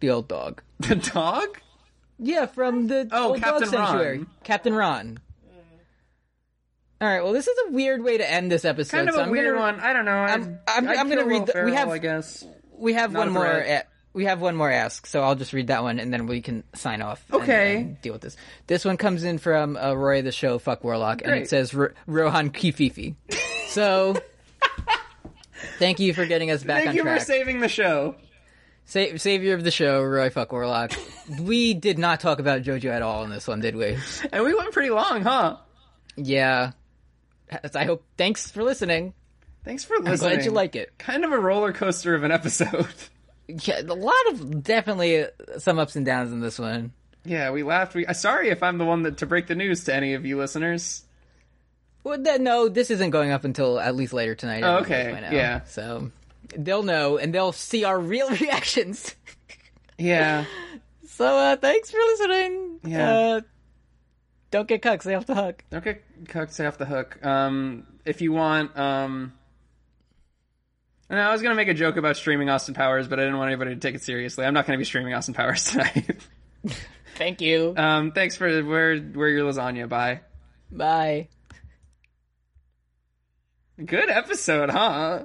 Speaker 1: the old dog.
Speaker 2: The dog?
Speaker 1: Yeah, from the
Speaker 2: Oh,
Speaker 1: old
Speaker 2: Captain
Speaker 1: dog sanctuary,
Speaker 2: Ron.
Speaker 1: Captain Ron. All right, well, this is a weird way to end this episode.
Speaker 2: kind of
Speaker 1: so
Speaker 2: a
Speaker 1: I'm
Speaker 2: weird
Speaker 1: gonna-
Speaker 2: one. I don't know. I'm,
Speaker 1: I'm- I'm gonna read the- we have-
Speaker 2: I guess.
Speaker 1: We have
Speaker 2: Not
Speaker 1: one
Speaker 2: a
Speaker 1: more.
Speaker 2: threat.
Speaker 1: a- we have one more ask, so I'll just read that one, and then we can sign off. and-
Speaker 2: Okay.
Speaker 1: and deal with this. This one comes in from uh, Roy the Show, fuck Warlock, and it
Speaker 2: Great.
Speaker 1: says R- Rohan Kififi. so, thank you for getting us back
Speaker 2: Thank
Speaker 1: on
Speaker 2: you
Speaker 1: track.
Speaker 2: for saving the show.
Speaker 1: Sa- savior of the show, Roy fuck Warlock. we did not talk about JoJo at all in this one, did we?
Speaker 2: And we went pretty long, huh?
Speaker 1: Yeah. I hope. Thanks for listening.
Speaker 2: Thanks for listening.
Speaker 1: Glad you like it.
Speaker 2: Kind of a roller coaster of an episode.
Speaker 1: Yeah, a lot of definitely uh, some ups and downs in this one.
Speaker 2: yeah, we laughed. We uh, sorry if I'm the one that to break the news to any of you listeners.
Speaker 1: Well, th- no, this isn't going up until at least later tonight.
Speaker 2: Oh,
Speaker 1: everybody
Speaker 2: okay,
Speaker 1: by now.
Speaker 2: yeah.
Speaker 1: So they'll know and they'll see our real reactions.
Speaker 2: Yeah,
Speaker 1: So uh, thanks for listening.
Speaker 2: Yeah.
Speaker 1: Uh, don't get cucked. Stay off the hook.
Speaker 2: don't get cucks off the hook. Um, if you want, um. No, I was gonna make a joke about streaming Austin Powers, but I didn't want anybody to take it seriously. I'm not gonna be streaming Austin Powers tonight.
Speaker 1: Thank you.
Speaker 2: um, thanks for where where your lasagna. Bye.
Speaker 1: Bye.
Speaker 2: Good episode, huh?